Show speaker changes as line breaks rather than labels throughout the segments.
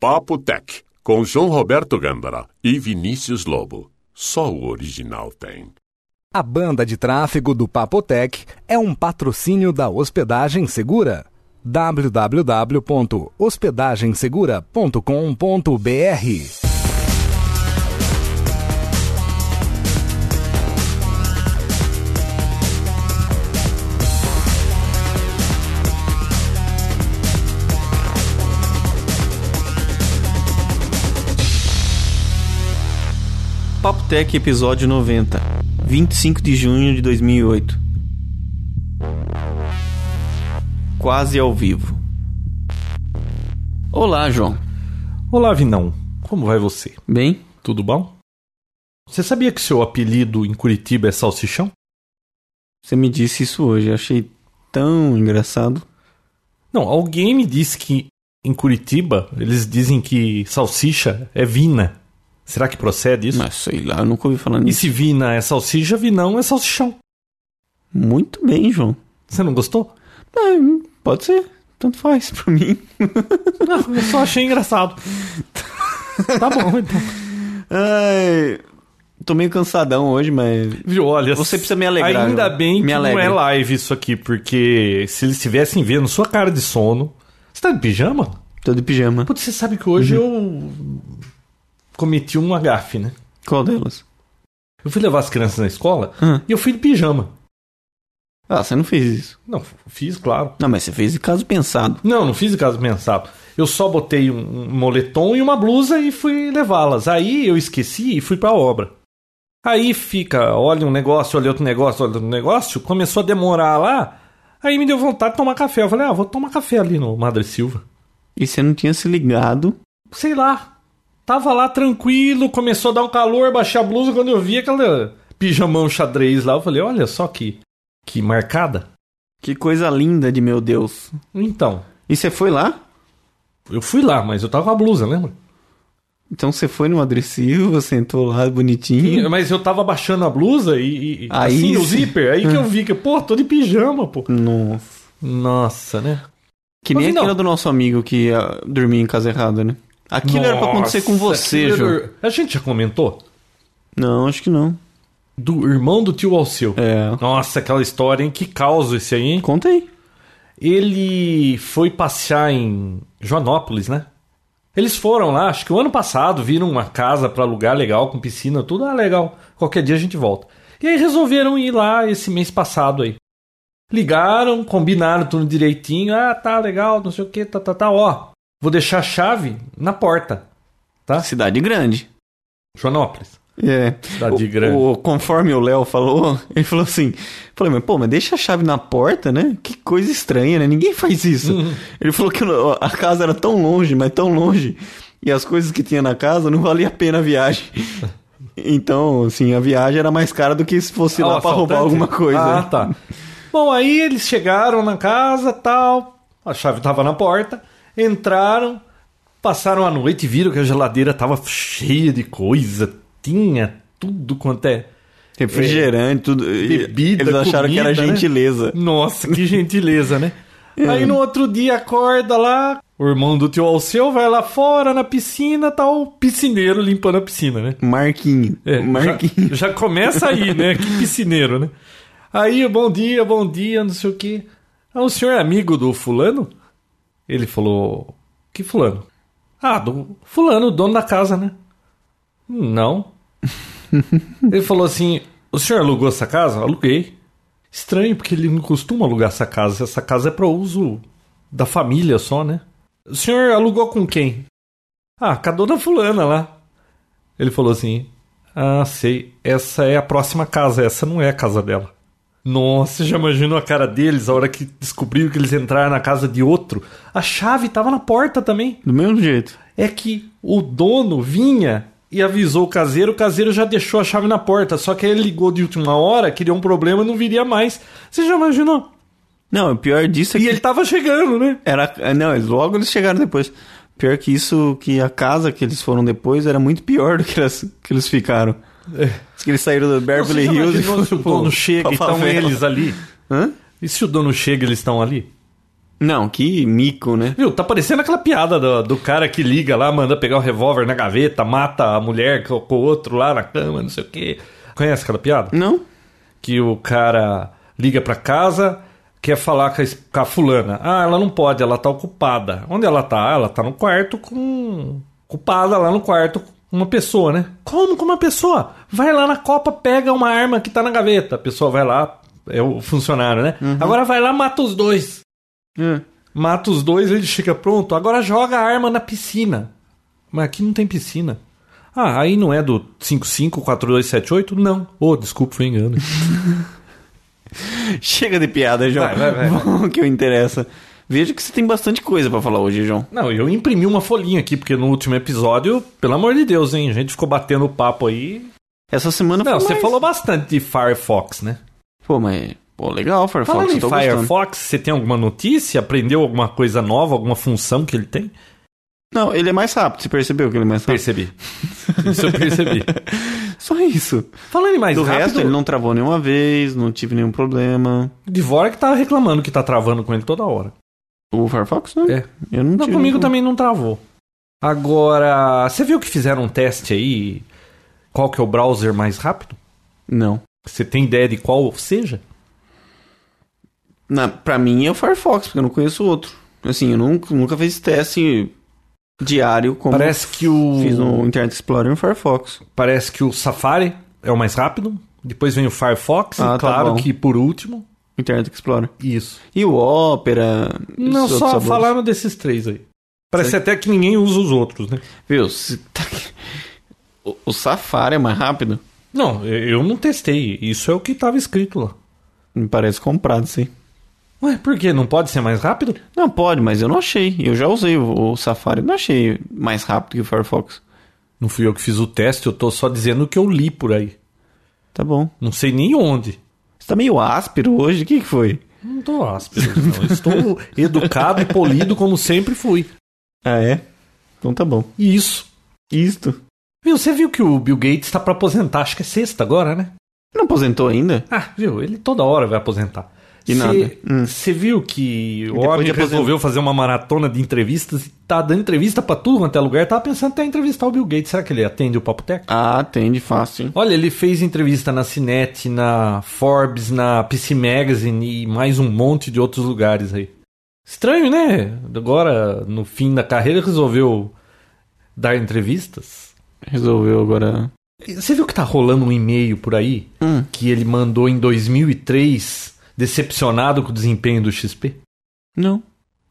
Papo Tech, com João Roberto Gândara e Vinícius Lobo. Só o original tem.
A banda de tráfego do Papotec é um patrocínio da Hospedagem Segura. www.hospedagensegura.com.br
Papo Tech, episódio 90, 25 de junho de 2008. Quase ao vivo. Olá, João.
Olá, Vinão. Como vai você?
Bem?
Tudo bom? Você sabia que seu apelido em Curitiba é Salsichão?
Você me disse isso hoje, achei tão engraçado.
Não, alguém me disse que em Curitiba eles dizem que salsicha é vina. Será que procede isso?
Mas sei lá, eu nunca ouvi falar
E
nisso.
se vina é salsicha, vinão é salsichão.
Muito bem, João.
Você não gostou?
Ah, pode ser, tanto faz pra mim.
Não, eu só achei engraçado. Tá bom, então.
Ai, tô meio cansadão hoje, mas
Viu, olha...
Você precisa me alegrar,
Ainda
João.
bem
Me
que não
alegre.
é live isso aqui, porque se eles estivessem vendo sua cara de sono... Você tá de pijama?
tô de pijama.
Putz, você sabe que hoje eu cometi um agafe, né?
Qual delas?
Eu fui levar as crianças na escola
Hã?
e eu fui de pijama.
Ah, você não fez isso.
Não, fiz, claro.
Não, mas você fez de caso pensado.
Não, não fiz o caso pensado. Eu só botei um um moletom e uma blusa e fui levá-las. Aí eu esqueci e fui pra obra. Aí fica, olha um negócio, olha outro negócio, olha outro negócio. Começou a demorar lá. Aí me deu vontade de tomar café. Eu falei, ah, vou tomar café ali no Madre Silva.
E você não tinha se ligado.
sei lá, tava lá tranquilo, começou a dar um calor, baixei a blusa, quando eu vi aquela pijamão xadrez lá, eu falei, olha só que, que marcada.
Que coisa linda de meu Deus.
Então,
E você foi lá?
eu fui lá, mas eu tava com a blusa, lembra?
Então você foi no agressivo, sentou lá bonitinho.
Mas eu tava baixando a blusa e, e-
Aí
assim, o
sim.
zíper, aí que eu vi que, pô, tô de pijama, pô.
Nossa.
Nossa, né?
Que
Mas
nem
não.
aquela do nosso amigo que ah, dormia em casa errada, né? Aquilo era pra acontecer com
Nossa,
você,
aquilo
João.
era- A gente já comentou?
Não, acho que não.
Do irmão do tio Alceu.
É.
Nossa, aquela história, hein? Que caos esse aí, hein?
Conta aí.
Ele foi passear em Joanópolis, né? Eles foram lá, acho que o ano passado, viram uma casa pra alugar legal, com piscina, tudo ah, legal. Qualquer dia a gente volta. E aí resolveram ir lá esse mês passado aí. Ligaram, combinaram tudo direitinho. Ah, tá legal, não sei o que, tá, tá, tá. Ó, vou deixar a chave na porta. Tá?
Cidade grande.
Joanópolis.
É.
Cidade
O-
grande.
o- conforme o Léo falou, ele falou assim: falei, mas pô, mas deixa a chave na porta, né? Que coisa estranha, né? Ninguém faz isso.
Uhum.
Ele falou que o- a casa era tão longe, mas tão longe, e as coisas que tinha na casa não valia a pena a viagem. Então, assim, a viagem era mais cara do que se fosse
Ah,
lá
o
pra roubar
assaltante?
alguma coisa.
Ah,
né?
tá. Bom, aí eles chegaram na casa, tal, a chave tava na porta, entraram, passaram a noite e viram que a geladeira tava cheia de coisa, tinha tudo quanto é.
Refrigerante, tudo. e
Bebida,
Eles acharam que era
comida, né?
gentileza.
Nossa, que gentileza, né?
É.
Aí no outro dia acorda lá, o irmão do tio Alceu vai lá fora na piscina, tá o piscineiro limpando a piscina, né?
Marquinho.
É,
Marquinho.
Já, já começa aí, né? Que piscineiro, né? Aí, bom dia, bom dia, não sei o quê. Ah, o senhor é amigo do fulano? Ele falou, que fulano? Ah, do fulano, dono da casa, né? Não. ele falou assim, o senhor alugou essa casa? Aluguei. Estranho, porque ele não costuma alugar essa casa. Essa casa é para uso da família só, né? O senhor alugou com quem? Ah, com a dona fulana lá. Ele falou assim: Ah, sei, essa é a próxima casa, essa não é a casa dela. Nossa, já imaginou a cara deles a hora que descobriram que eles entraram na casa de outro? A chave tava na porta também.
Do mesmo jeito.
É que o dono vinha e avisou o caseiro, o caseiro já deixou a chave na porta, só que aí ele ligou de última hora, que deu um problema e não viria mais. Você já imaginou?
Não, o pior disso é
E
que
ele tava chegando, né?
Era, é, não, eles- logo eles chegaram depois. Pior que isso, que a casa que eles foram depois era muito pior do que eles, que eles ficaram. Diz que eles saíram do Beverly
Você É. já
Hills e
imaginou
foram
se o dono
pro-
chega e
pra
estão
favela.
eles ali.
Hã?
E se o dono chega e eles estão ali?
Não, que mico, né?
Viu, tá parecendo aquela piada do, do cara que liga lá, manda pegar o revólver na gaveta, mata a mulher com, com o outro lá na cama, não sei o quê. Conhece aquela piada?
Não?
que o cara liga pra casa, quer falar com a, es- com a fulana. Ah, ela não pode, ela tá ocupada. Onde ela tá? Ah, Ela tá no quarto com. Ocupada lá no quarto com uma pessoa, né? Como com uma pessoa? Vai lá na copa, pega uma arma que tá na gaveta. A pessoa vai lá, é o funcionário, né? Agora vai lá, mata os dois.
É.
Mata os dois, ele fica pronto. Agora joga a arma na piscina. Mas aqui não tem piscina. Ah, aí não é do 554278? Não. Ô, desculpa, foi engano.
Chega de piada, João.
Vai, vai, vai, vai.
Vamos ao que interessa. Vejo que você tem bastante coisa pra falar hoje, João.
Não, eu imprimi uma folhinha aqui, porque no último episódio, pelo amor de Deus, hein? A gente ficou batendo papo aí.
Essa semana
Não,
foi
você
mais-
falou bastante de Firefox, né?
Pô, mas... Pô, legal, Firefox.
Falando
eu
em
tô
Firefox,
gostando.
você tem alguma notícia? Aprendeu alguma coisa nova, alguma função que ele tem?
Não, ele é mais rápido. Você percebeu que ele é mais rápido?
Percebi. Isso eu percebi.
Só isso.
Falando em mais
Do
rápido,
resto, ele não travou nenhuma vez, não tive nenhum problema.
o Dvorak tá reclamando que tá travando com ele toda hora.
O Firefox, né?
É.
Eu não
Não,
tive
comigo
nenhum
também não travou. Agora, você viu que fizeram um teste aí? Qual que é o browser mais rápido?
problema. Não.
Você tem ideia de qual seja?
Na, pra mim é o Firefox, porque eu não conheço outro. Assim, eu nunca, nunca fiz teste diário como
Parece que o.
fiz no Internet Explorer e no Firefox.
Parece que o Safari é o mais rápido. Depois vem o Firefox,
Ah,
e
tá
claro
bom.
que por último.
Internet Explorer.
Isso.
E o Opera. esses
Não,
outros
só
sabores.
falaram desses três aí. Parece até que ninguém usa os outros, né?
Viu? se tá- O, o Safari é mais rápido?
Não, eu eu não testei. Isso é o que estava escrito lá.
Me parece comprado, sim.
Ué, por quê? Não pode ser mais rápido?
Não, pode, mas eu não achei. Eu já usei o, o Safari, não achei mais rápido que o Firefox.
Não fui eu que fiz o teste, eu tô só dizendo o que eu li por aí.
Tá bom.
Não sei nem onde.
Você tá meio áspero hoje, o que, que foi?
Não tô áspero, não. Estou educado e polido como sempre fui.
Ah, é? Então tá bom.
E isso.
Isto.
Viu, você viu que o Bill Gates está para aposentar, acho que é sexta agora, né?
Não aposentou ainda?
Ah, viu? Ele toda hora vai aposentar.
E nada. Hum.
Você viu que o
depois
homem
de aposentar.
resolveu fazer uma maratona de entrevistas e tá dando entrevista pra tudo quanto é lugar. Tava pensando até em entrevistar o Bill Gates. Será que ele atende o Papo Tech?
Ah, atende fácil.
Olha, ele fez entrevista na Cinete, na Forbes, na PC Magazine e mais um monte de outros lugares aí. Estranho, né? Agora, no fim da carreira, resolveu dar entrevistas.
Resolveu agora.
E Você viu que tá rolando um e-mail por aí?
Hum.
que ele mandou em 2003, decepcionado com o desempenho do XP.
Não.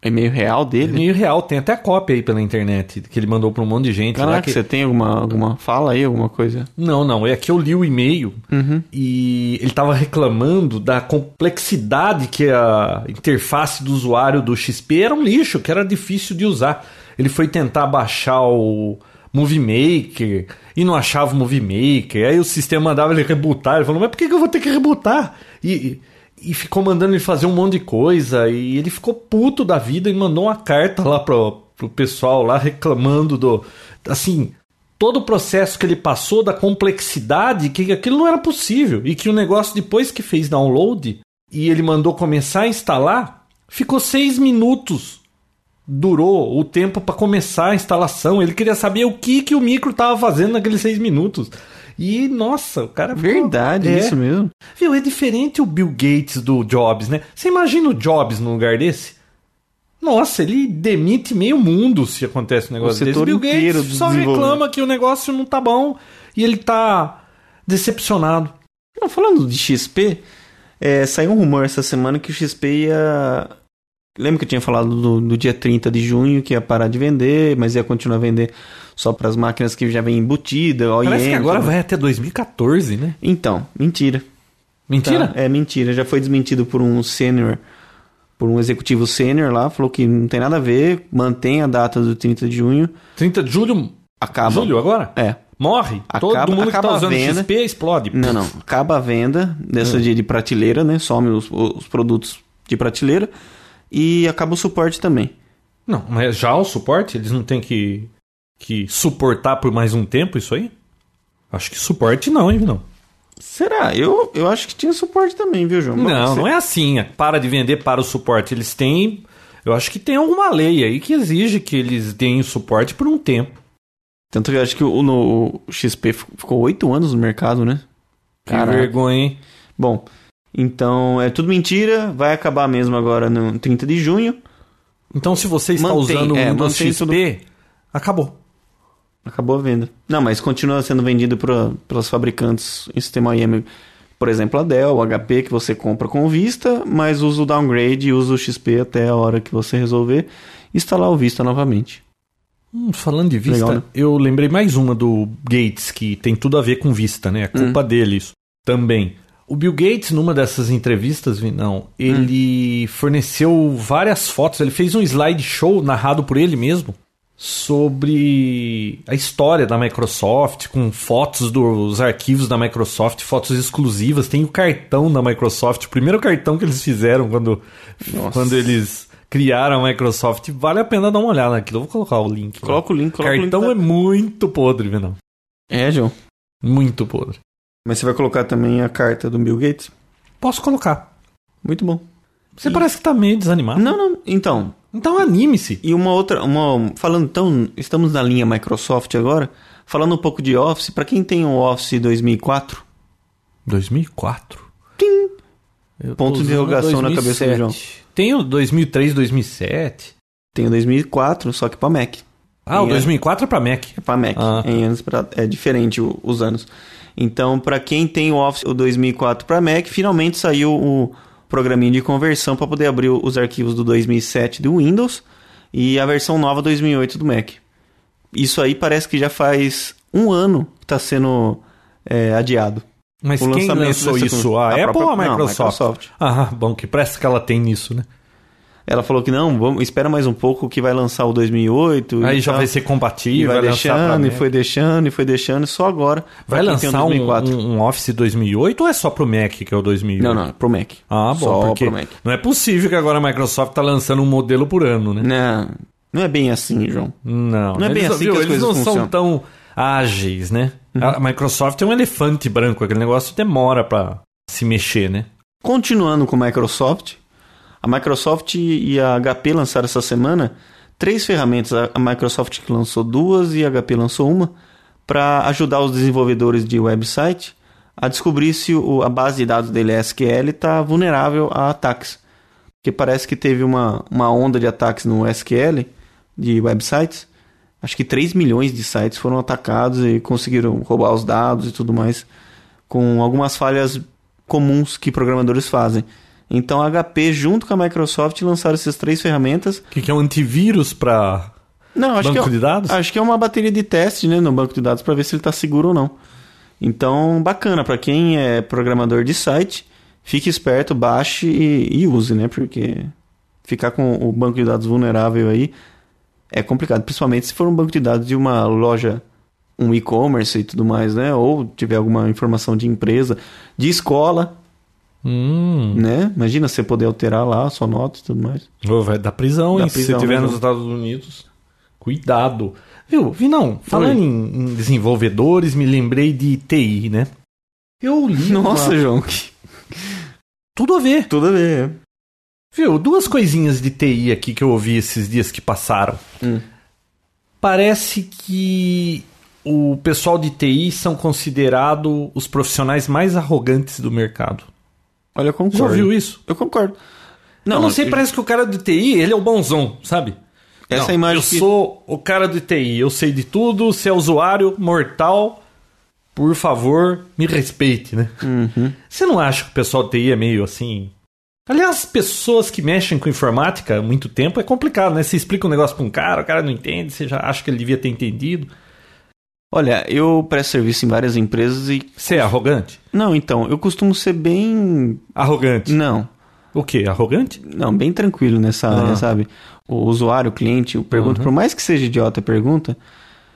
É meio real dele?
E real, tem até cópia aí pela internet, que ele mandou pra um monte de gente. lá
Caraca,
que...
você tem alguma, alguma fala aí, alguma coisa?
Não, não, é que eu li o e-mail
Uhum.
e ele tava reclamando da complexidade que a interface do usuário do XP era um lixo, que era difícil de usar. Ele foi tentar baixar o Movie Maker e não achava o Movie Maker. Aí o sistema mandava ele rebootar. Ele falou, mas por que que eu vou ter que rebootar? E, e ficou mandando ele fazer um monte de coisa. E ele ficou puto da vida e mandou uma carta lá pro, pro pessoal lá reclamando do... Assim, todo o processo que ele passou da complexidade, que aquilo não era possível. E que o negócio, depois que fez download e ele mandou começar a instalar, ficou seis minutos. Durou o tempo para começar a instalação. Ele queria saber o que, que o micro estava fazendo naqueles seis minutos. E, nossa, o cara. ficou-
Verdade,
É.
isso mesmo.
Viu, é diferente o Bill Gates do Jobs, né? Você imagina o Jobs num lugar desse? Nossa, ele demite meio mundo se acontece um negócio desse.
setor
Bill
inteiro
Gates
do
só
desenvolvimento.
reclama que o negócio não tá bom e ele tá decepcionado.
Não, falando de XP, é, saiu um rumor essa semana que o XP ia. Lembra que eu tinha falado do, do dia 30 de junho que ia parar de vender, mas ia continuar a vender só para as máquinas que já vêm embutida, OEM.
Parece que agora
tudo.
vai até 2014, né?
Então, mentira.
Mentira?
Tá, É mentira, já foi desmentido por um sênior, por um executivo sênior lá, falou que não tem nada a ver, mantém a data do 30 de junho,
30 de julho.
acaba.
julho agora?
É.
Morre.
Acaba-
Todo mundo que
acaba
tá
a
usando
venda.
XP explode.
Não, não, acaba a venda
Hum.
dessa dia de prateleira, né? Some os, os produtos de prateleira e acaba o suporte também.
Não, mas já o suporte? Eles não têm que, que suportar por mais um tempo isso aí? Acho que suporte não, hein, não.
Será? Eu, eu acho que tinha suporte também, viu, João?
Não, não é assim. é, Para de vender para o suporte. Eles têm Eu acho que tem alguma lei aí que exige que eles deem suporte por um tempo.
Tanto que eu acho que o, no, o XP fi- ficou oito anos no mercado, né?
Que
Caraca.
vergonha, hein?
Bom, então é tudo mentira. Vai acabar mesmo agora no 30 de junho.
Então, se você está
Mantém,
usando o
é,
Windows
mantém
XP,
tudo-
acabou.
Acabou a venda. Não, mas continua sendo vendido pra, pelas fabricantes em sistema IM. Por exemplo, a Dell, o HP, que você compra com Vista, mas usa o downgrade e usa o XP até a hora que você resolver instalar o Vista novamente.
Hum, falando de Vista,
Legal, né?
eu lembrei mais uma do Gates, que tem tudo a ver com Vista, né? É
Hum.
culpa dele isso também. O Bill Gates, numa dessas entrevistas, não,
Hum.
ele forneceu várias fotos, ele fez um slideshow narrado por ele mesmo sobre a história da Microsoft, com fotos dos arquivos da Microsoft, fotos exclusivas, tem o cartão da Microsoft, o primeiro cartão que eles fizeram quando,
Nossa.
quando eles criaram a Microsoft. Vale a pena dar uma olhada naquilo, eu vou colocar o link. lá.
Coloca o link, coloca
Cartão
o
é
link.
muito podre, Venão.
É, João.
Muito podre.
Mas você vai colocar também a carta do Bill Gates?
Posso colocar.
Muito bom.
Você parece que tá meio desanimado.
Não, não. Então,
Então anime-se.
E uma outra, uma, falando então, estamos na linha Microsoft agora, falando um pouco de Office, para quem tem o Office 2004,
2004. Eu tô
Ponto de
usando
interrogação na cabeça do
2007. Tem o 2003, 2007.
tem o 2004, só que para Mac.
Ah, o
É.
2004 é pra Mac.
É para Mac,
Ah.
em anos pra- é diferente o- os anos. Então, para quem tem o Office o 2004 para Mac, finalmente saiu o programinha de conversão para poder abrir os arquivos do 2007 do Windows e a versão nova 2008 do Mac. Isso aí parece que já faz um ano que está sendo é, adiado.
Mas
O
quem
lançamento
lançou
dessa-
isso? A,
a
Apple
própria-
ou a
não,
Microsoft?
Microsoft.
Ah, bom, que pressa que ela tem nisso, né?
Ela falou que não, vamos, espera mais um pouco que vai lançar o 2008.
Aí
e
já
tal.
vai ser
E
compatível,
vai,
vai, lançar pra
deixando, e
Mac.
foi deixando, e foi deixando, e só agora.
Vai
pra quem tem o
lançar um,
2004.
um, um Office 2008 ou é só pro Mac que é o 2008?
Não, não, é pro Mac.
Ah, bom,
só
porque
pro Mac.
não é possível que agora a Microsoft tá lançando um modelo por ano, né?
Não, não é bem assim, João.
Não,
Não é bem
eles,
assim que as
eles
coisas
não são
funcionam. Uhum.
tão ágeis, né? A Microsoft é um elefante branco, aquele negócio demora pra se mexer, né?
Continuando com a Microsoft, a Microsoft e a HP lançaram essa semana três ferramentas. A a Microsoft que lançou duas e a HP lançou uma para ajudar os desenvolvedores de website a descobrir se o- a base de dados dele SQL está tá vulnerável a ataques. Porque parece que teve uma, uma onda de ataques no SQL de websites. Acho que 3 milhões de sites foram atacados e conseguiram roubar os dados e tudo mais, com algumas falhas comuns que programadores fazem. Então a HP, junto com a Microsoft, lançaram essas três ferramentas.
O que, que é um antivírus pra.
Não, acho
Banco
que é,
de dados?
Acho que é uma bateria de teste né, no banco de dados para ver se ele está seguro ou não. Então, bacana. Para quem é programador de site, fique esperto, baixe e, e use, né? Porque ficar com o banco de dados vulnerável aí é complicado. Principalmente se for um banco de dados de uma loja, um e-commerce e tudo mais, né? Ou tiver alguma informação de empresa, de escola,
Hum.
né? Imagina você poder alterar lá a sua nota e tudo mais.
Ô, vai dar prisão,
Dá
hein? Se
prisão,
você estiver
né,
nos
João?
Estados Unidos, cuidado. Viu, Vinão, falando em, em desenvolvedores, me lembrei de TI, né? Eu li.
Nossa,
uma-
João, que...
tudo a ver.
tudo a ver. é.
Viu, duas coisinhas de TI aqui que eu ouvi esses dias que passaram.
Hum.
Parece que o pessoal de TI são considerados os profissionais mais arrogantes do mercado.
Olha, eu concordo.
Já ouviu isso?
Eu concordo.
eu não sei,
eu-
parece que o cara do TI, ele é o bonzão, sabe?
Essa
Não,
é a imagem
Eu
que-
sou o cara do TI, eu sei de tudo, você é usuário, mortal, por favor, me respeite, né? Você não acha que o pessoal do TI é meio assim... Aliás, pessoas que mexem com informática há muito tempo é complicado, né? Você explica um negócio pra um cara, o cara não entende, você já acha que ele devia ter entendido.
Olha, eu presto serviço em várias empresas e.
Você é arrogante?
Não, então, eu costumo ser bem.
Arrogante.
Não.
O quê? Arrogante?
Não, bem tranquilo nessa área, sabe? O usuário, o cliente, eu pergunto, por mais que seja idiota a pergunta.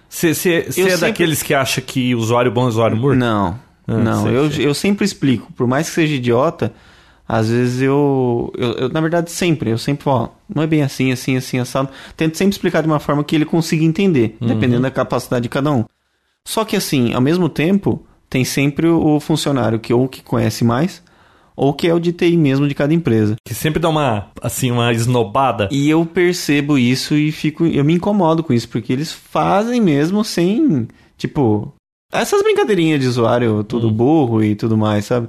Você você- você é
sempre-
daqueles que acha que usuário bom é usuário morto?
Não.
Ah,
não,
sei,
eu,
sei.
eu sempre explico. Por mais que seja idiota, às vezes eu, eu, eu- Na verdade, sempre. Eu sempre falo, ó, não é bem assim, assim, assim, assado. Tento sempre explicar de uma forma que ele consiga entender,
Uhum.
dependendo da capacidade de cada um. Só que assim, ao mesmo tempo, tem sempre o funcionário que ou que conhece mais, ou que é o de TI mesmo de cada empresa.
Que sempre dá uma, assim, uma esnobada.
E eu percebo isso e fico, eu me incomodo com isso porque eles fazem mesmo sem, tipo, essas brincadeirinhas de usuário
Hum.
todo burro e tudo mais, sabe?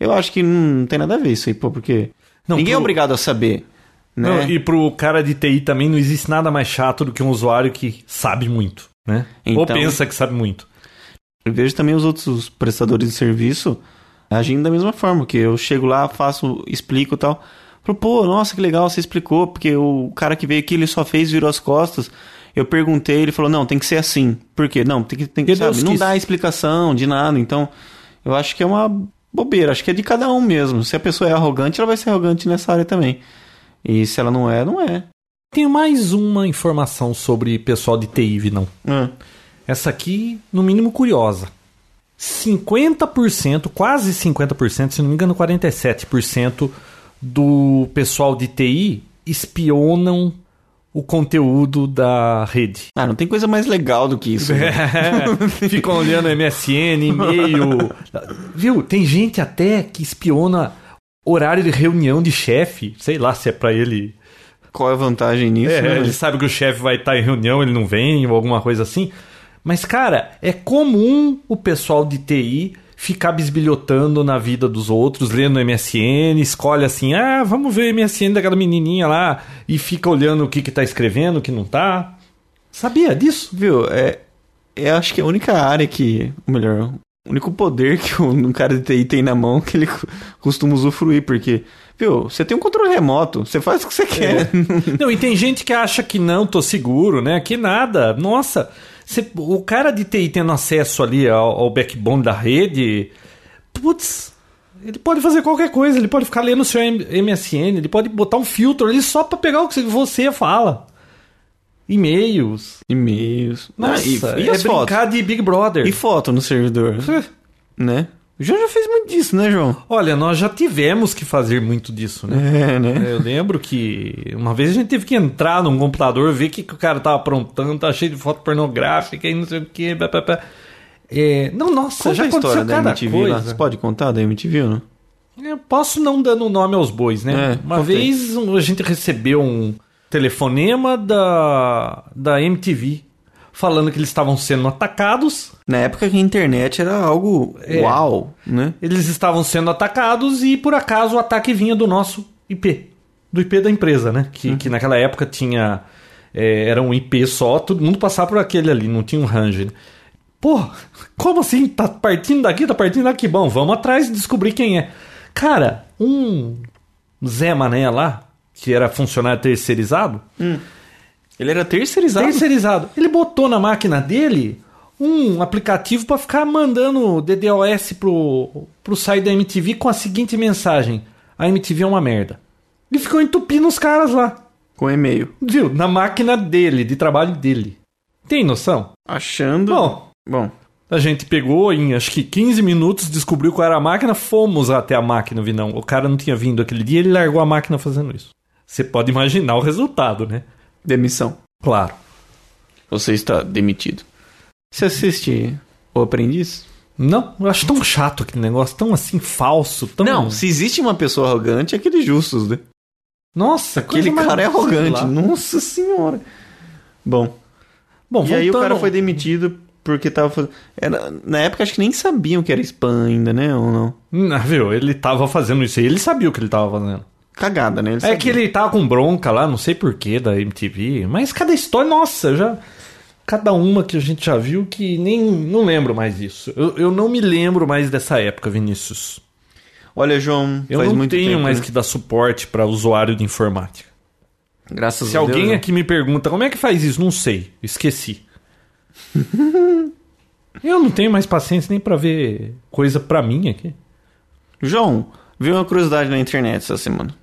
Eu acho que não, tem nada a ver isso aí, pô, porque
Não,
ninguém é
pro-
obrigado a saber, né?
Não, e pro cara de TI também não existe nada mais chato do que um usuário que sabe muito, né? Ou
Então-
pensa que sabe muito.
Eu vejo também os outros prestadores de serviço agindo da mesma forma, que eu chego lá, faço, explico e tal. Falo, pô, nossa, que legal, você explicou, porque o cara que veio aqui, ele só fez, virou as costas. Eu perguntei, ele falou, não, tem que ser assim. Por quê? Não, tem que, tem que,
Porque Deus
sabe, não
quis.
dá explicação de nada. Então, eu acho que é uma bobeira, acho que é de cada um mesmo. Se a pessoa é arrogante, ela vai ser arrogante nessa área também. E se ela não é, não é.
Tenho mais uma informação sobre pessoal de TI, Vinão.
Ah,
Essa aqui, no mínimo, curiosa. 50%, quase 50%, se não me engano, 47% do pessoal de TI espionam o conteúdo da rede.
Ah, não tem coisa mais legal do que isso. né?
É, ficam olhando MSN, e-mail. Viu? Tem gente até que espiona horário de reunião de chefe. Sei lá se é pra ele.
Qual é a vantagem nisso?
É,
né,
ele
mas-
sabe que o chefe vai estar em reunião, ele não vem, ou alguma coisa assim. Mas, cara, é comum o pessoal de TI ficar bisbilhotando na vida dos outros, lendo MSN, escolhe assim, ah, vamos ver MSN daquela menininha lá, e fica olhando o que que tá escrevendo, o que não tá. Sabia disso?
Viu, é, eu acho que a única área que, ou melhor, o único poder que um um cara de TI tem na mão que ele co- costuma usufruir, porque, viu, você tem um controle remoto, você faz o que você
É.
quer.
Não, e tem gente que acha que não, tô seguro, né? Que nada. Nossa, cê- o cara de TI tendo acesso ali ao, ao backbone da rede, putz, ele pode fazer qualquer coisa, ele pode ficar lendo o seu M- MSN, ele pode botar um filtro ali só pra pegar o que você fala. E-mails.
E-mails. Ah, e-
Nossa,
e,
é
as fotos?
brincar de Big Brother.
E foto no servidor, né? O João já fez muito disso, né, João?
Olha, nós já tivemos que fazer muito disso, né?
É, né?
É, Eu lembro que uma vez a gente teve que entrar num computador, ver o que, que o cara tava aprontando, tá cheio de foto pornográfica e não sei o que. Blá, blá, blá. É, não, nossa,
Conta
já
a história
aconteceu
da
cada
MTV lá. Você
coisa.
pode contar da MTV ou não?
Eu posso não dando nome aos bois, né?
É,
uma
conta aí.
vez um- a gente recebeu um telefonema da, da MTV falando que eles estavam sendo atacados
Na época que a internet era algo
É.
uau, né?
Eles estavam sendo atacados e por acaso o ataque vinha do nosso IP, do IP da empresa, né? Que, que naquela época tinha. é, era um IP só, todo mundo passava por aquele ali, não tinha um range. Né? Pô, como assim? Tá partindo daqui, tá partindo daqui. Bom, vamos atrás e descobrir quem é. Cara, um Zé Mané lá, que era funcionário terceirizado,
Ele era terceirizado.
Terceirizado. Ele botou na máquina dele um aplicativo pra ficar mandando DDoS pro, pro site da MTV com a seguinte mensagem: A MTV é uma merda. E ficou entupindo os caras lá.
Com e-mail.
Viu? Na máquina dele, de trabalho dele. Tem noção?
Achando...
Bom,
Bom,
a gente pegou em acho que 15 minutos, descobriu qual era a máquina, fomos até a máquina, Vinão. O cara não tinha vindo aquele dia, ele largou a máquina fazendo isso. Você pode imaginar o resultado, né?
demissão.
Claro.
Você está demitido. Você assiste O Aprendiz?
Não, eu acho tão chato aquele negócio, tão assim falso, tão.
Não, se existe uma pessoa arrogante, é aquele Justus, né?
Nossa,
Aquele
coisa mais-
cara é arrogante.
sei lá.
Nossa senhora. Bom,
Bom,
e aí o
voltando-
cara foi demitido porque tava fazendo... Era... Na época, acho que nem sabiam que era spam ainda, né? Ou não?
Não, Hum, ah, viu, ele tava fazendo isso aí, ele sabia o que ele tava fazendo.
Cagada, né? Eles
É
sabiam.
que ele tava com bronca lá, não sei porquê, da MTV, mas cada história, nossa, eu já. Cada uma que a gente já viu que nem. Não lembro mais disso. Eu, eu não me lembro mais dessa época, Vinícius.
Olha, João,
Eu
faz
não
muito
tenho
tempo,
mais
né?
que dar suporte pra usuário de informática.
Graças
Se
a Deus.
alguém
né?
aqui me pergunta como é que faz isso, não sei, esqueci. Eu não tenho mais paciência nem pra ver coisa pra mim aqui. né?
João, vi uma curiosidade na internet essa semana.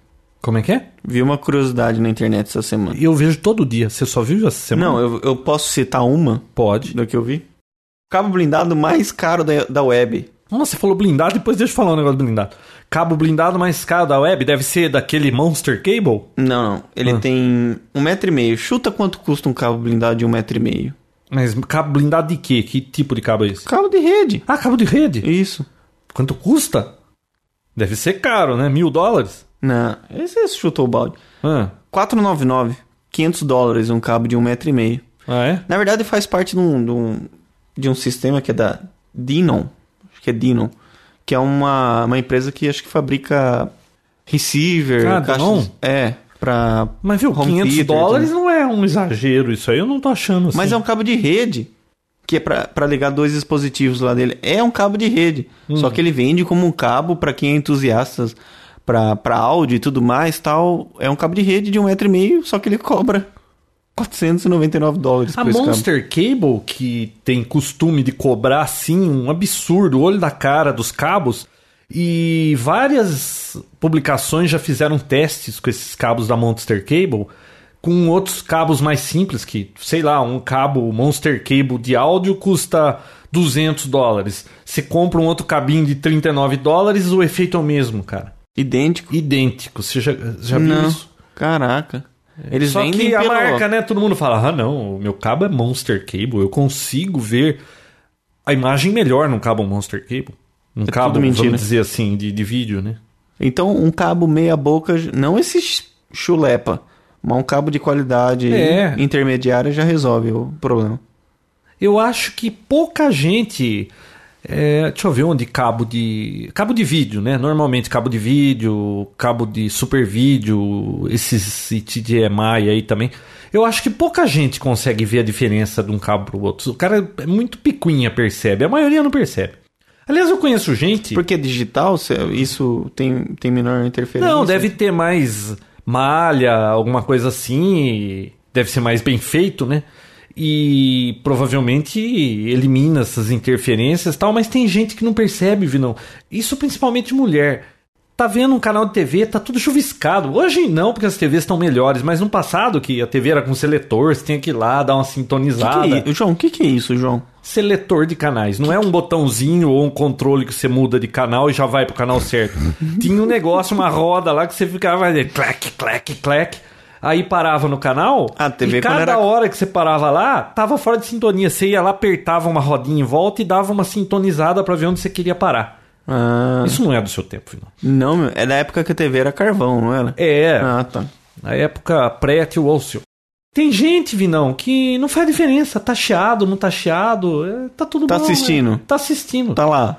Como é que é?
Vi uma curiosidade na internet essa semana.
Eu vejo todo dia. Você só viu essa semana?
Não, eu- eu posso citar uma?
Pode.
do que eu vi. Cabo blindado mais caro da, da web.
Nossa, você falou blindado, depois deixa eu falar um negócio do blindado. Cabo blindado mais caro da web deve ser daquele Monster Cable?
Não, não. Ele
Ah.
tem um metro e meio. Chuta quanto custa um cabo blindado de um metro e meio.
Mas cabo blindado de quê? Que tipo de cabo é esse?
Cabo de rede.
Ah, cabo de rede.
Isso.
Quanto custa? Deve ser caro, né? Mil dólares?
Não, esse chutou o balde.
Ah,
499, 500 dólares um cabo de um metro e meio.
ah é?
Na verdade, faz parte de um, de um, de um sistema que é da Dinon, acho que é Dinon, que é uma, uma empresa que acho que fabrica receiver,
Ah,
caixas-
Dinon?
é, pra
Mas viu,
home
500
theater,
dólares
tudo.
não é um exagero isso aí, eu não tô achando assim.
Mas é um cabo de rede, que é pra, pra ligar dois dispositivos lá dele. É um cabo de rede,
Hum.
só que ele vende como um cabo pra quem é entusiasta pra, pra áudio e tudo mais, tal. É um cabo de rede de um metro e meio, só que ele cobra 499 dólares
A
por esse cabo.
Monster Cable, que tem costume de cobrar assim um absurdo, o olho da cara dos cabos, e várias publicações já fizeram testes com esses cabos da Monster Cable, com outros cabos mais simples, que sei lá, um cabo Monster Cable de áudio custa 200 dólares. Você compra um outro cabinho de 39 dólares, o efeito é o mesmo, cara.
Idêntico.
Idêntico. Você já, já viu
Não.
isso? É.
Caraca. Eles
Só
vendem
que a
pelo-
marca, né? Todo mundo fala: ah, não, o meu cabo é Monster Cable, eu consigo ver a imagem melhor num cabo Monster Cable. Num
É
cabo,
tudo mentira.
vamos dizer assim, de, de vídeo, né?
Então, um cabo meia boca, não esse ch- chulepa, mas um cabo de qualidade
É.
intermediária já resolve o problema.
Eu acho que pouca gente. é, deixa eu ver onde cabo de. Cabo de vídeo, né? Normalmente cabo de vídeo, cabo de super vídeo, esses HDMI aí também. Eu acho que pouca gente consegue ver a diferença de um cabo pro outro. O cara é muito picuinha, percebe. A maioria não percebe. Aliás, eu conheço gente.
Porque digital, cê- isso tem, tem menor interferência.
Não, deve ter mais malha, alguma coisa assim. Deve ser mais bem feito, né? E provavelmente elimina essas interferências e tal, mas tem gente que não percebe, Vinão. Isso principalmente mulher. Tá vendo um canal de TV, tá tudo chuviscado. Hoje não, porque as TVs estão melhores, mas no passado que a TV era com seletor, você tinha que ir lá dar uma
Que que é
sintonizada
i- João, o que, que é isso, João?
seletor de canais. Não é um botãozinho ou um controle que você muda de canal e já vai pro canal certo. Tinha um negócio, uma roda lá que você ficava ali, clac, clac, clac. Aí parava no canal.
Ah, TV
e
quando
cada
era-
hora que você parava lá, tava fora de sintonia. Você ia lá, apertava uma rodinha em volta e dava uma sintonizada pra ver onde você queria parar.
Ah,
Isso não é do seu tempo, final.
não, meu, é da época que a TV era carvão, não era?
É,
Ah, tá.
na época pré-Tio Olcio. Tem gente, Vinão, que não faz diferença. Tá chiado, não tá chiado. é, Tá tudo
Tá
bom,
assistindo.
é, Tá assistindo.
Tá lá.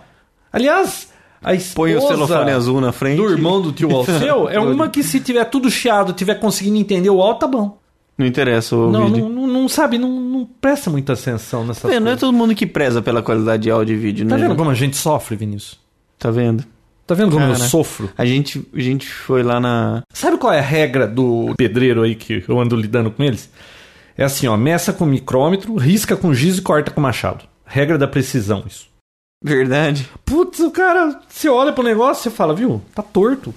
Aliás, a esposa
Põe o celofane azul na frente.
do irmão do tio Alceu é uma que se tiver tudo chiado, tiver conseguindo entender o alto, tá bom.
Não interessa o
Não,
vídeo.
não, não, não sabe, não, não presta muita atenção nessa
É,
coisa.
não é todo mundo que preza pela qualidade de áudio e vídeo,
Tá
né?
vendo
João?
como a gente sofre, Vinícius?
Tá vendo?
Tá vendo como eu
Cara.
sofro?
A gente, a gente foi lá na.
Sabe qual é a regra do pedreiro aí que eu ando lidando com eles? É assim, ó, meça com micrômetro, risca com giz e corta com machado. Regra da precisão, isso.
Verdade.
Putz, o cara, você olha pro negócio e você fala, viu? Tá torto.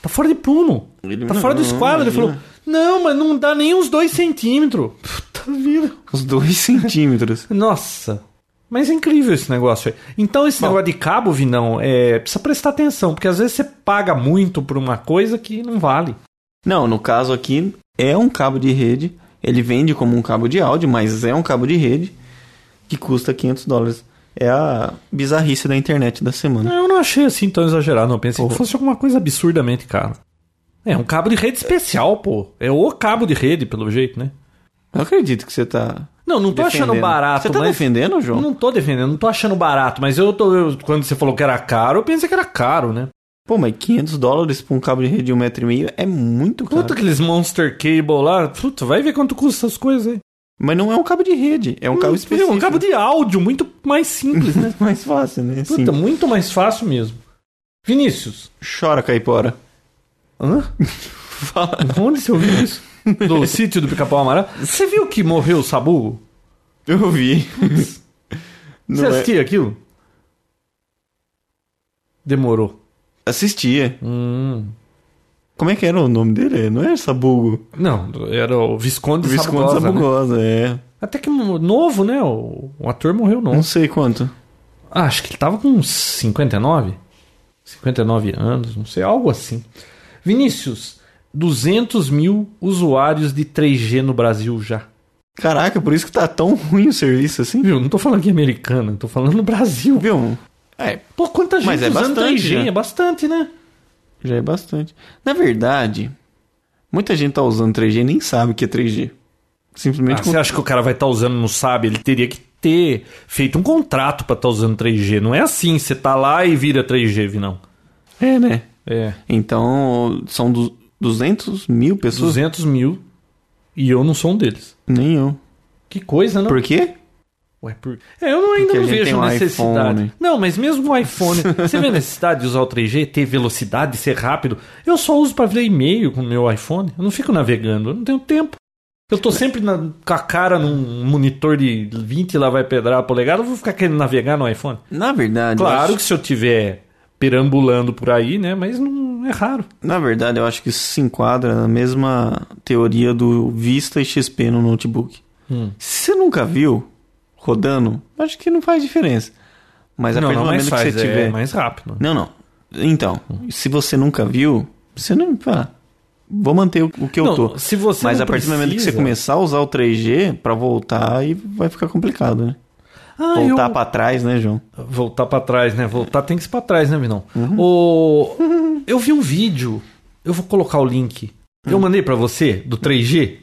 Tá fora de prumo.
Ele-
tá fora do
não,
esquadro. Ele falou,
imagina.
não, mas não dá nem uns dois centímetros. Puta vida.
Uns dois centímetros.
Nossa. Mas é incrível esse negócio aí. Então, esse negócio de cabo, Vinão, é, precisa prestar atenção, porque às vezes você paga muito por uma coisa que não vale.
Não, no caso aqui é um cabo de rede. Ele vende como um cabo de áudio, mas é um cabo de rede que custa 500 dólares. É a bizarrice da internet da semana.
Eu não achei assim tão exagerado, não. Pensei que fosse alguma coisa absurdamente cara. É, um cabo de rede especial, pô. É o cabo de rede, pelo jeito, né?
Eu acredito que você tá.
Não, não tô achando
defendendo.
barato,
Você tá
mas...
defendendo, João?
Não tô defendendo, não tô achando barato, mas eu tô. eu- quando você falou que era caro, eu pensei que era caro, né?
Pô, mas 500 dólares pra um cabo de rede de um metro e meio é muito caro.
Quanto aqueles Monster Cable lá? Puta, vai ver quanto custa essas coisas aí.
Mas não é um cabo de rede, é um cabo específico.
Um cabo de áudio, muito mais simples, né?
mais fácil, né? Sim.
Puta, muito mais fácil mesmo. Vinícius.
Chora, caipora.
Hã?
Fala.
Onde você ouviu isso? Do sítio do Pica-Pau Amarelo? Você viu que morreu o Sabugo?
Eu vi. Não
Você
é-
assistia aquilo? Demorou.
Assistia.
Hum.
Como é que era o nome dele? Não é Sabugo.
Não, era o Visconde,
Visconde
Sabugosa, né?
Sabugosa, é.
Até que novo, né? O, o ator morreu novo.
Não sei quanto.
Ah, acho que ele tava com uns 59? 59 anos, não sei, algo assim. Vinícius, 200 mil usuários de 3G no Brasil já.
Caraca, por isso que tá tão ruim o serviço assim.
é Viu? Não tô falando aqui americana, tô falando no Brasil.
Viu? É,
Pô, quanta gente
Mas é
usando
bastante,
3G,
né?
é bastante, né?
já é bastante. Na verdade, muita gente tá usando 3G e nem sabe o que é 3G. Simplesmente
Ah, você acha que o cara vai estar usando, não sabe? Ele teria que ter feito um contrato pra estar usando 3G. Não é assim, você tá lá e vira 3G, Vinão.
É, né?
É.
Então, são du- 200 mil pessoas?
200 mil e eu não sou um deles.
Nenhum.
Que coisa, não?
Por quê?
Ué, por... É, eu não- ainda
Porque a
não
gente
vejo
tem um
necessidade.
iPhone.
Não, mas mesmo o iPhone, você vê a necessidade de usar o 3G, ter velocidade, ser rápido? Eu só uso pra ver e-mail com o meu iPhone. Eu não fico navegando, eu não tenho tempo. Eu tô sempre na- com a cara num monitor de 20 lá vai pedrar a polegada, eu vou ficar querendo navegar no iPhone.
Na verdade, eu
Claro
acho-
que se eu tiver perambulando por aí, né? Mas não é raro.
na verdade, eu acho que isso se enquadra na mesma teoria do Vista e XP no notebook.
Hum.
Se você nunca viu rodando, acho que não faz diferença. Mas a
não,
partir
não,
do momento que
mas faz,
você tiver.
é mais rápido.
Não, não. Então, se você nunca viu, você não. Ah, vou manter o o que eu
Não,
tô.
se você
Mas
não
a partir do momento que você
precisa-
começar a usar o 3G, pra voltar, aí vai ficar complicado, né?
Ah,
Voltar
eu-
pra trás, né, João?
Voltar pra trás, né? Voltar tem que ser pra trás, né, Vinão? O... Eu vi um vídeo, eu vou colocar o link. Eu mandei pra você do 3G,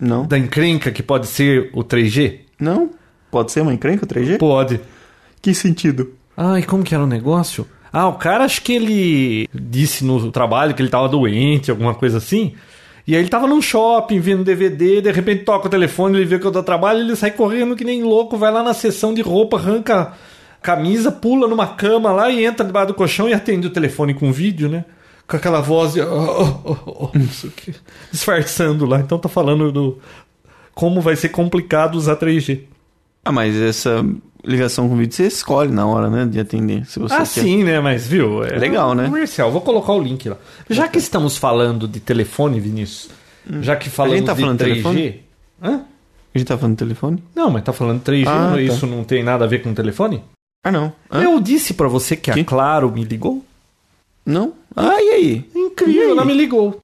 Não.
da encrenca que pode ser o 3G?
Não? Pode ser uma encrenca o 3G?
Pode.
Que sentido?
Ai, Ah, como que era o negócio? Ah, o cara acho que ele disse no trabalho que ele tava doente, alguma coisa assim. E aí ele tava num shopping vendo DVD, de repente toca o telefone, ele vê que eu tô trabalho, ele sai correndo que nem louco, vai lá na seção de roupa, arranca a camisa, pula numa cama lá e entra debaixo do colchão e atende o telefone com vídeo, né? Com aquela voz de. "Oh, oh, oh, oh", isso aqui, disfarçando lá. Então tá falando do. Como vai ser complicado usar 3G.
Ah, mas essa ligação com vídeo você escolhe na hora, né, de atender. Se você
Ah,
quer.
sim, né? Mas viu? É
Legal,
um
né?
Comercial. Vou colocar o link lá. Já que estamos falando de telefone, Vinícius, já que falamos
tá
de
falando
3G.
telefone?
Hã?
A gente tá falando do telefone?
Não, mas tá falando 3G,
Ah,
não-
tá.
isso não tem nada a ver com telefone?
Ah, não. Hã?
Eu disse pra você que,
Que?
a Claro me ligou?
Não? Ah, e aí? E aí?
Incrível, ela me ligou.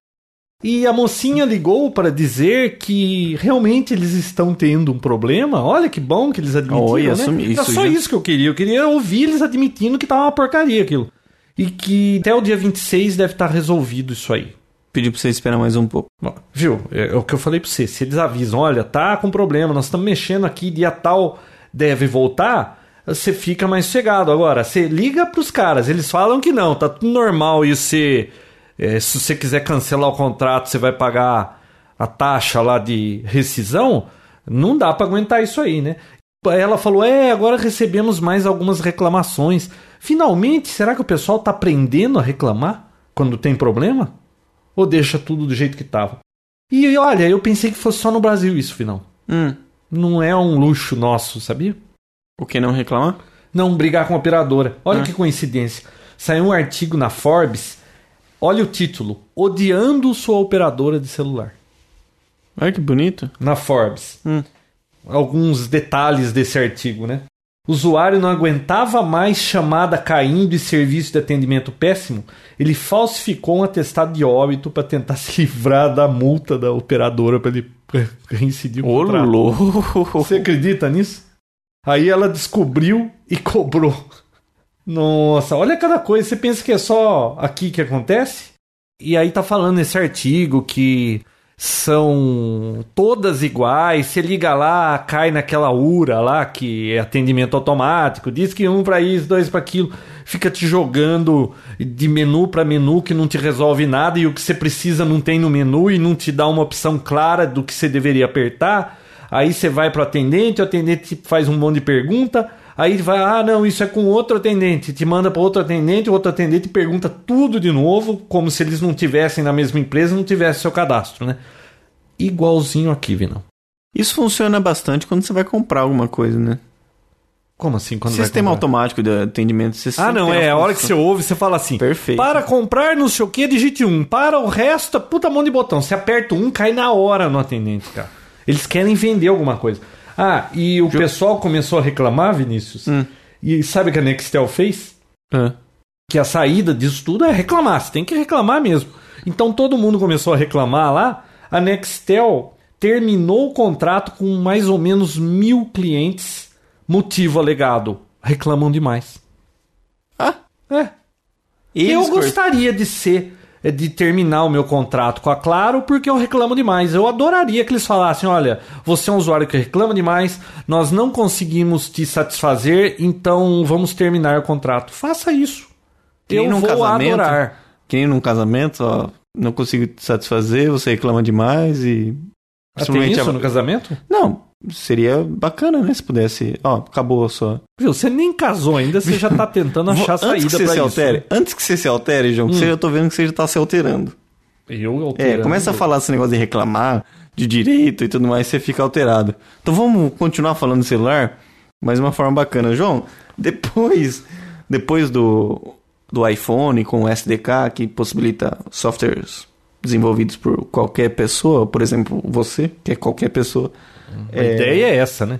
E a mocinha ligou pra dizer que realmente eles estão tendo um problema. Olha que bom que eles admitiram,
Olha,
né?
assumi-
Era
isso
só
já-
isso que eu queria. Eu queria ouvir eles admitindo que tava uma porcaria aquilo. E que até o dia 26 deve estar resolvido isso aí.
Pedi pra você esperar mais um pouco.
Bom, viu? É o que eu falei pra você. Se eles avisam, olha, tá com problema, nós estamos mexendo aqui, dia tal deve voltar, você fica mais sossegado. Agora, você liga pros caras, eles falam que não, tá tudo normal e você. é, se você quiser cancelar o contrato, você vai pagar a taxa lá de rescisão. Não dá pra aguentar isso aí, né? Ela falou: é, agora recebemos mais algumas reclamações. Finalmente, será que o pessoal tá aprendendo a reclamar quando tem problema? Ou deixa tudo do jeito que tava? E olha, eu pensei que fosse só no Brasil isso, final.
Hum.
Não é um luxo nosso, sabia?
O que não reclamar?
Não brigar com a operadora. Olha
Ah.
que coincidência. Saiu um artigo na Forbes. Olha o título: Odiando sua operadora de celular.
Olha que bonito.
Na Forbes.
Hum.
alguns detalhes desse artigo, né? O usuário não aguentava mais chamada caindo e serviço de atendimento péssimo. Ele falsificou um atestado de óbito para tentar se livrar da multa da operadora para ele reincidir o
Ô,
contrato.
louco.
Você acredita nisso? Aí ela descobriu e cobrou. Nossa, olha cada coisa. Você pensa que é só aqui que acontece? E aí tá falando nesse artigo que são todas iguais. Você liga lá, cai naquela URA lá, que é atendimento automático. Diz que um pra isso, dois pra aquilo. Fica te jogando de menu pra menu que não te resolve nada e o que você precisa não tem no menu e não te dá uma opção clara do que você deveria apertar. Aí você vai pro atendente, o atendente te faz um monte de pergunta. Aí vai, ah, não, isso é com outro atendente. Te manda para outro atendente, o outro atendente pergunta tudo de novo, como se eles não tivessem na mesma empresa, não tivessem seu cadastro, né? Igualzinho aqui, Vinão.
Isso funciona bastante quando você vai comprar alguma coisa, né?
Como assim? Quando vai
Sistema
comprar?
automático de atendimento. Você
Ah,
sempre
não,
tem
é.
uma
A hora que você
função.
ouve, você fala assim:
Perfeito.
Para comprar não sei o que, digite um. Para o resto, é puta mão de botão. Você aperta um, cai na hora no atendente, cara. Eles querem vender alguma coisa. Ah, e o pessoal começou a reclamar, Vinícius.
Hum.
E sabe o que a Nextel fez?
Ah.
que a saída disso tudo é reclamar, você tem que reclamar mesmo. Então todo mundo começou a reclamar lá, a Nextel terminou o contrato com mais ou menos mil clientes, motivo alegado, reclamam demais. É.
Eles
eu
cortaram.
gostaria de ser, é, de terminar o meu contrato com a Claro, porque eu reclamo demais. Eu adoraria que eles falassem: olha, você é um usuário que reclama demais, nós não conseguimos te satisfazer, então vamos terminar o contrato. Faça isso.
Que nem
eu
num
vou
casamento.
adorar.
Que nem num casamento, ó, não consigo te satisfazer, você reclama demais e.
Ah, Tem
Simplesmente
isso
a-
no casamento?
Não, seria bacana, né? Se pudesse. Ó, acabou a sua.
Viu, você nem casou ainda, você já tá tentando
Vou-
achar
antes que você
saída pra
se
isso. Hum.
altere, Antes que você se altere, João, que você, eu tô vendo que você já tá se alterando.
Eu
É,
alterando.
começa a falar esse negócio de reclamar, de direito e tudo mais, você fica alterado. Então vamos continuar falando de celular, mas de uma forma bacana. João, depois, depois do, do iPhone com o SDK, que possibilita softwares desenvolvidos por qualquer pessoa, por exemplo, você, que é qualquer pessoa,
A ideia é essa, né?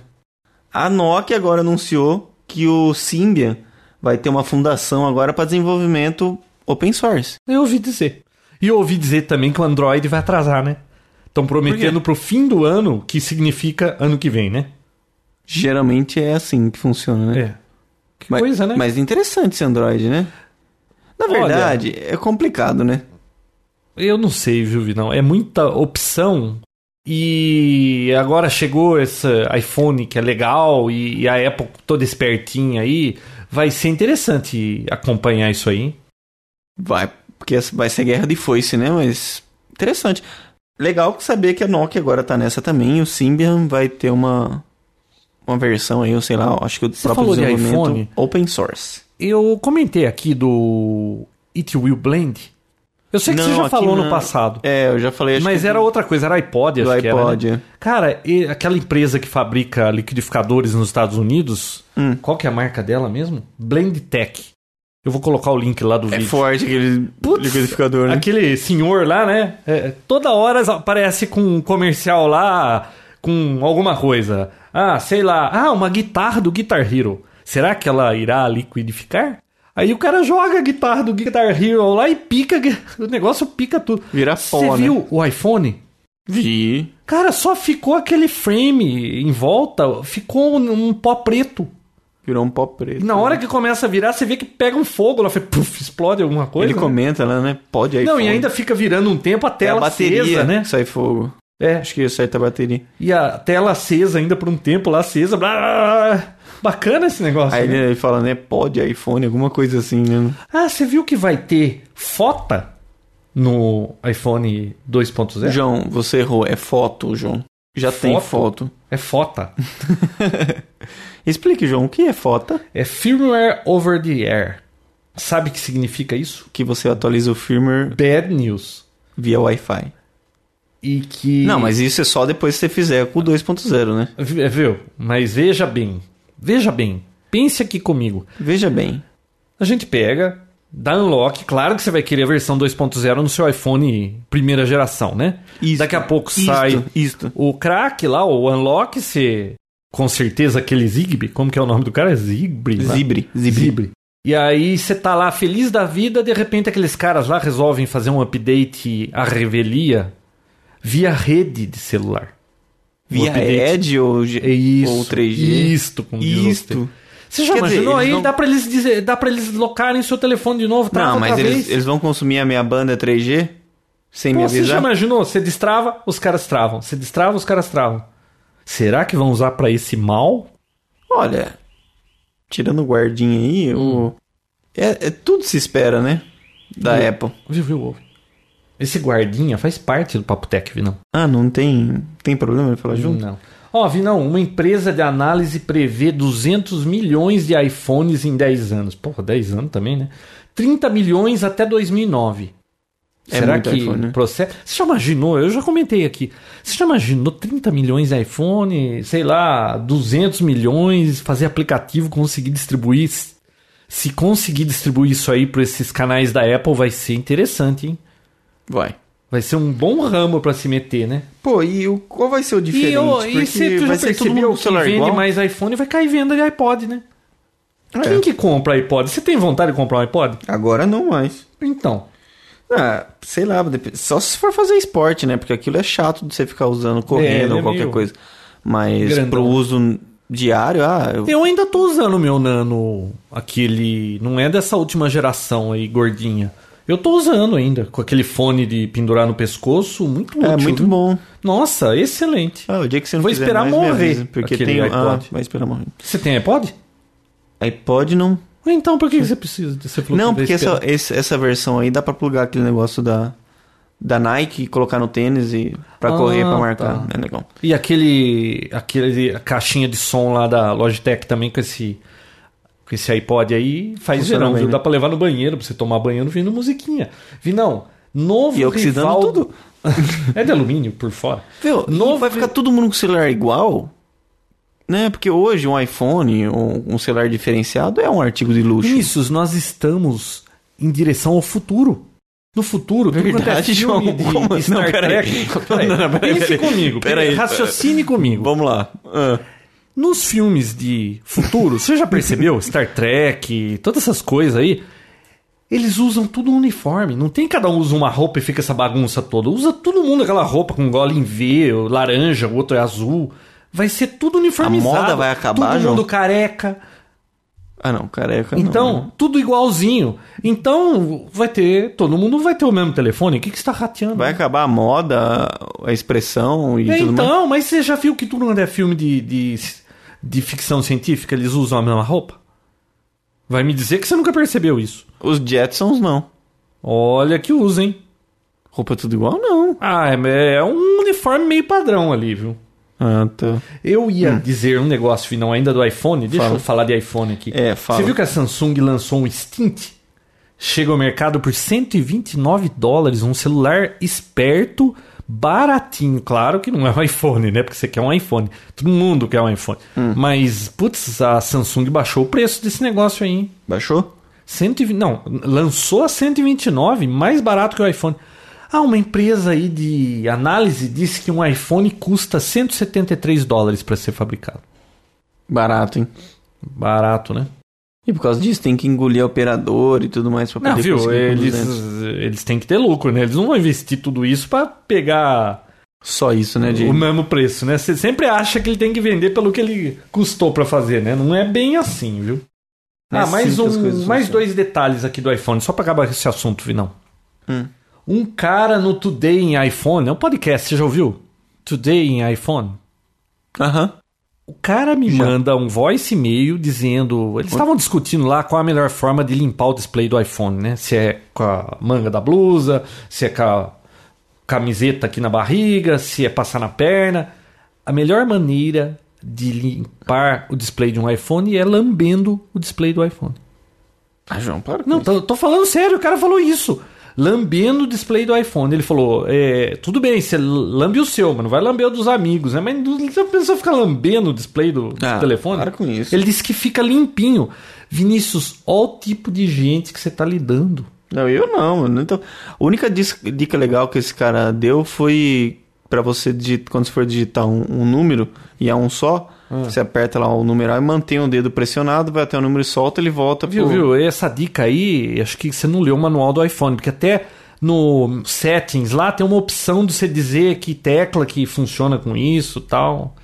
a Nokia agora anunciou que o Symbian vai ter uma fundação agora para desenvolvimento open source.
Eu ouvi dizer. E eu ouvi dizer também que o Android vai atrasar, né? Estão prometendo pro fim do ano, que significa ano que vem, né?
Geralmente é assim que funciona, né?
É. Que coisa, né?
Mas interessante esse Android, né? Na
Olha-
verdade, é complicado, né?
Eu não sei, viu, Vinão? É muita opção. E agora chegou esse iPhone que é legal e, e a Apple toda espertinha aí. Vai ser interessante acompanhar isso aí. hein?
Vai, porque essa vai ser guerra de foice, né? Mas interessante. Legal saber que a Nokia agora tá nessa também. O Symbian vai ter uma uma versão aí, eu sei lá, acho que o próprio
falou de
desenvolvimento
iPhone?
open source.
Eu comentei aqui do It Will Blend. Eu sei que
Não,
você já
aqui
falou no
não.
passado.
É, eu já falei. acho
Mas
que
era outra coisa, era iPod,
do
acho que era. né?
iPod. é.
Cara, e aquela empresa que fabrica liquidificadores nos Estados Unidos,
Hum.
qual que é a marca dela mesmo? Blend Tech. Eu vou colocar o link lá do
É
vídeo.
forte aquele
Putz,
liquidificador, né?
Aquele senhor lá, né? É, toda hora aparece com um comercial lá, com alguma coisa. Ah, sei lá. Ah, uma guitarra do Guitar Hero. Será que ela irá liquidificar? Aí o cara joga a guitarra do Guitar Hero lá e pica. O negócio pica tudo.
Vira pó,
Você
né?
viu o iPhone?
Vi.
Cara, só ficou aquele frame em volta, ficou um, um pó preto.
Virou um pó
E
preto.
na hora que começa a virar, você vê que pega um fogo lá, fala, puff, explode alguma coisa.
Ele
né?
comenta lá, né? Pode aí.
Não, e ainda fica virando um tempo a
é a
tela
bateria,
acesa, né?
Sai fogo.
É,
Acho que acerta a bateria.
e a tela acesa ainda por um tempo lá acesa. blá, blá, blá. Bacana esse negócio.
Aí
né?
ele, ele fala, né? Pode iPhone, alguma coisa assim, né?
Ah, você viu que vai ter foto no iPhone 2.0?
João, você errou. É foto, João. Já tem
Foto?
foto.
É foto.
Explique, João, o que é foto?
É firmware over the air. Sabe o que significa isso?
Que você atualiza o firmware
Bad news.
via Wi-Fi.
E que.
Não, mas isso é só depois que você fizer com o 2.0, né?
V- é, Viu? Mas veja bem. Veja bem. Pense aqui comigo.
Veja bem.
A gente pega, dá unlock. Claro que você vai querer a versão 2.0 no seu iPhone primeira geração, né?
Isto,
Daqui a pouco
isto,
sai
Isto.
o crack lá, o unlock. Você. Com certeza aquele Zigbee. Como que é o nome do cara? É Zigbee. lá?
Zibre. Zibre.
Zibre. E aí você tá lá feliz da vida, de repente aqueles caras lá resolvem fazer um update à revelia via rede de celular.
Via
update.
Edge ou, G-
É isso.
ou 3G.
Isto, como diz você.
Isto.
Você já
Quer dizer,
imaginou
eles
aí?
não-
Dá pra eles dizer, dá para eles locarem seu telefone de novo, trava
Não, mas
outra
eles,
vez.
eles vão consumir a minha banda 3G? Sem
Pô,
me
você já
avisar?
imaginou? Você destrava, os caras travam. Você destrava, os caras travam. Será que vão usar pra esse mal?
Olha, tirando o guardinha aí, o... é, é tudo se espera, né? Da
Hum.
Apple.
Viu, viu, ouve. Esse guardinha faz parte do Papotec, Vinão.
Ah, não tem, tem problema ele falar junto?
Não. Ó, Vinão, uma empresa de análise prevê 200 milhões de iPhones em 10 anos. Porra, 10 anos também, né? 30 milhões até 2009.
É
Será
muito
que
iPhone, né?
processo? Você já imaginou? Eu já comentei aqui. Você já imaginou 30 milhões de iPhone, sei lá, 200 milhões, fazer aplicativo, conseguir distribuir? Se conseguir distribuir isso aí para esses canais da Apple, vai ser interessante, hein?
Vai.
Vai ser um bom ramo para se meter, né?
Pô, e o, qual vai ser o diferente?
E, eu,
Porque
e você já
vai ser todo
percebeu
mundo
que
celular
vende
igual?
mais iPhone vai cair venda de iPod, né?
É.
Quem que compra iPod? Você tem vontade de comprar um iPod?
Agora não mais.
Então.
Ah, sei lá, dep- só se for fazer esporte, né? Porque aquilo é chato de você ficar usando correndo
ele é
ou qualquer
meio
coisa. Mas
grandão. um
pro uso diário, ah, eu-
Eu ainda tô usando o meu nano, aquele. Não é dessa última geração aí, gordinha. Eu tô usando ainda, com aquele fone de pendurar no pescoço, muito útil.
é muito
viu?
bom.
Nossa, excelente.
Ah, o dia que você não
Vou
quiser
esperar
mais, me
morrer
avisa, porque
aquele
tem ah,
iPod.
vai esperar morrer.
Você tem iPod?
iPod não.
Então, por que que você precisa desse falou
Não,
que é? vai
porque essa,
esperar?
esse- essa versão aí dá pra plugar aquele negócio da da Nike e colocar no tênis e para
Ah,
correr, pra marcar.
tá.
É legal.
E aquele. aquele a caixinha de som lá da Logitech também com esse. Com esse iPod aí faz
Funciona
verão,
bem,
viu?
né?
Dá pra levar no banheiro, pra você tomar banho ouvindo musiquinha. Vinão, novo
E oxidando
rival...
tudo.
é de alumínio por fora.
Viu,
Novo-
não vai ficar todo mundo com o celular igual? Né? Porque hoje um iPhone ou um celular diferenciado é um artigo de luxo.
Vinícius, nós estamos em direção ao futuro. No futuro, tudo quanto é
Verdade,
filme
João.
de,
Como
de
assim? Não,
Star
peraí.
Trek.
Não,
Peraí,
não, não, peraí,
Pense
peraí.
comigo,
Peraí,
raciocine comigo.
Vamos lá. Ah,
Nos filmes de futuro, você já percebeu? Star Trek, todas essas coisas aí. Eles usam tudo um uniforme. Não tem cada um usa uma roupa e fica essa bagunça toda. Usa todo mundo aquela roupa com gola em V, o laranja, o outro é azul. Vai ser tudo uniformizado.
A moda vai acabar,
Todo
João?
mundo careca.
ah, não, careca.
Então,
não, né?
tudo igualzinho. Então, vai ter. Todo mundo vai ter o mesmo telefone. O que, que você tá rateando?
vai acabar a moda, a expressão e
É,
tudo mais.
então, mas você já viu que tudo quando é filme de, de, de ficção científica, eles usam a mesma roupa? Vai me dizer que você nunca percebeu isso.
Os Jetsons não.
Olha que usa, hein?
Roupa tudo igual não.
Ah, é, é um uniforme meio padrão ali, viu?
Ah, tá.
Eu ia dizer um negócio final ainda do iPhone. Deixa
Fala.
eu falar de iPhone aqui.
É, fala.
Você viu que a Samsung lançou um Stint? Chega ao mercado por 129 dólares, um celular esperto, baratinho. Claro que não é um iPhone, né? Porque você quer um iPhone. Todo mundo quer um iPhone.
Hum.
Mas, putz, a Samsung baixou o preço desse negócio aí, hein?
Baixou?
120, não, lançou a 129, mais barato que o iPhone. Ah, uma empresa aí de análise disse que um iPhone custa 173 dólares para ser fabricado.
Barato, hein?
Barato, né?
E por causa disso tem que engolir operador e tudo mais pra poder
Não, viu?
conseguir
Eles,
200.
eles têm que ter lucro, né? Eles não vão investir tudo isso para pegar
Só isso, né,
o
Diego?
mesmo preço, né? Você sempre acha que ele tem que vender pelo que ele custou para fazer, né? Não é bem assim, viu?
Não é
ah, mais
assim que as coisas
um, mais
funcionam.
dois detalhes aqui do iPhone, só para acabar esse assunto, Vinão.
Hum.
Um cara no Today em iPhone, é um podcast, você já ouviu? Today em iPhone.
Aham.
O cara me
Já.
manda um voice e-mail dizendo. Eles estavam discutindo lá qual a melhor forma de limpar o display do iPhone, né? Se é com a manga da blusa, se é com a camiseta aqui na barriga, se é passar na perna. A melhor maneira de limpar o display de um iPhone é lambendo o display do iPhone.
Ah, João, para com
Não,
isso.
tô, tô falando sério, o cara falou isso. Lambendo o display do iPhone. Ele falou: é, tudo bem, você lambe o seu, mas não vai lamber o dos amigos, né? Mas não já pensou ficar lambendo o display do, do
Ah,
telefone?
para com isso.
Ele disse que fica limpinho. Vinícius, olha o tipo de gente que você tá lidando.
Não, eu não, mano. Então, a única dis- dica legal que esse cara deu foi pra você, digit- quando você for digitar um, um número e é um só,
Ah.
você aperta lá o numeral e mantém o dedo pressionado, vai até o número e solta, ele volta
Viu,
pro-
viu? Essa dica aí, acho que você não leu o manual do iPhone, porque até no settings lá tem uma opção de você dizer que tecla que funciona com isso tal.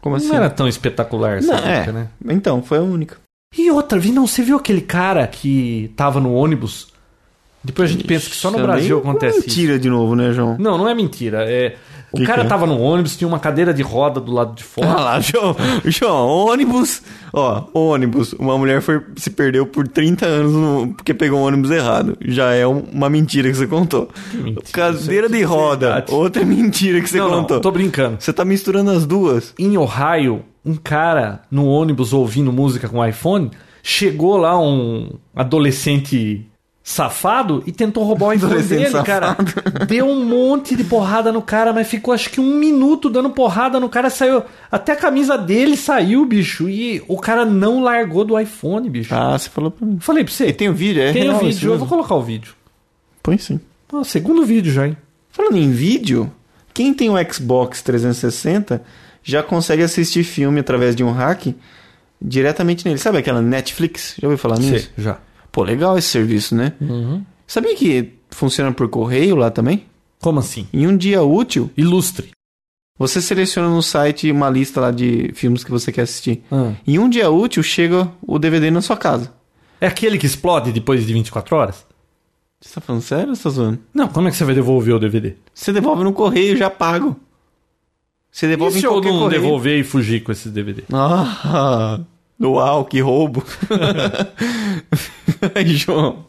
Como assim?
Não era tão espetacular essa
Não,
dica,
é.
né?
Então, foi a única.
E outra, vi não, você viu aquele cara que tava no ônibus? Depois a gente pensa que só no
Também não
Brasil
é
acontece isso.
Mentira de novo, né, João?
Não, não é mentira. É, o
Que
cara
que é?
tava no ônibus, tinha uma cadeira de roda do lado de fora.
Ah lá, João, João, ônibus, ó, ônibus, uma mulher foi, se perdeu por 30 anos no- porque pegou um ônibus errado. Já é um- uma mentira que é você contou.
mentira,
Cadeira de roda,
verdade.
outra mentira que você
não, não,
contou.
tô brincando.
Você tá misturando as duas.
Em Ohio, um cara no ônibus ouvindo música com iPhone, chegou lá um adolescente safado e tentou roubar o iPhone
Adolescente
dele, cara. Deu um monte de porrada no cara, mas ficou acho que um minuto dando porrada no cara, saiu até a camisa dele saiu, bicho, e o cara não largou do iPhone, bicho.
Ah, você falou pra mim.
Falei pra você,
E tem o vídeo, é
tem
real
o
isso
vídeo, eu
mesmo?
vou colocar o vídeo.
Põe sim.
Ó, segundo vídeo já, hein?
Falando em vídeo, quem tem o Xbox 360 já consegue assistir filme através de um hack diretamente nele. Sabe aquela Netflix? Já ouviu falar nisso?
Sim, já.
Pô, legal esse serviço, né? Sabia que funciona por correio lá também?
Como assim?
Em um dia útil,
Ilustre.
Você seleciona no site uma lista lá de filmes que você quer assistir.
Ah.
Em um dia útil chega o DVD na sua casa.
É aquele que explode depois de 24 horas?
Você tá falando sério ou você tá zoando?
Não, como é que você vai devolver o DVD?
Você devolve no correio, já pago. Você
E
devolve
se
em
eu
qualquer
não
correio.
devolver e fugir com esses DVD?
Ah, uau, que roubo. aí, João,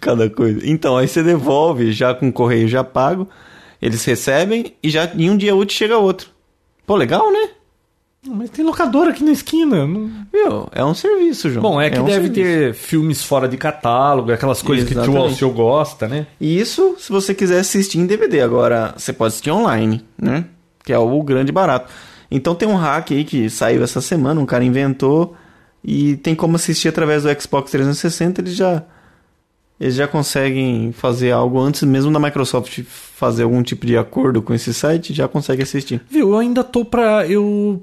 cada coisa. Então, aí você devolve já com o correio já pago, eles recebem e já em um dia útil chega outro. Pô, legal, né?
Mas tem locadora aqui na esquina. não-
Viu? É um serviço, João.
Bom, é que
um
deve
serviço.
ter filmes fora de catálogo, aquelas coisas que o
Exatamente.
Alceu gosta, né?
E isso se você quiser assistir em DVD. Agora, você pode assistir online, né? Que é o grande barato. Então tem um hack aí que saiu essa semana, um cara inventou e tem como assistir através do Xbox 360, eles já eles já conseguem fazer algo antes mesmo da Microsoft fazer algum tipo de acordo com esse site, já consegue assistir.
Viu, eu ainda tô pra. Eu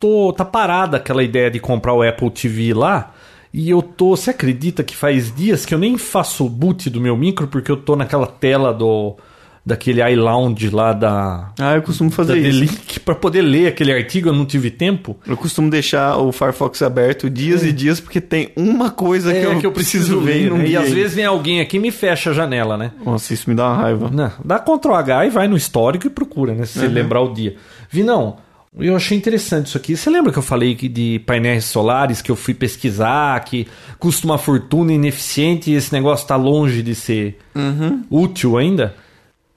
tô. Tá parada aquela ideia de comprar o Apple TV lá. E eu tô. Você acredita que faz dias que eu nem faço o boot do meu micro porque eu tô naquela tela do. Daquele iLounge lá da.
Ah, eu costumo
Da
fazer isso.
Delink pra poder ler aquele artigo, eu não tive tempo.
Eu costumo deixar o Firefox aberto
É.
dias e dias porque tem uma coisa que, eu preciso ver e não
né?
vi
E às
ainda.
vezes vem alguém aqui e me fecha a janela, né?
Nossa, isso me dá uma raiva.
Não, dá Ctrl H e vai no histórico e procura, né? Se
Uhum.
você lembrar o dia. Vinão, eu achei interessante isso aqui. Você lembra que eu falei que de painéis solares que eu fui pesquisar, que custa uma fortuna ineficiente e esse negócio tá longe de ser
Uhum.
útil ainda?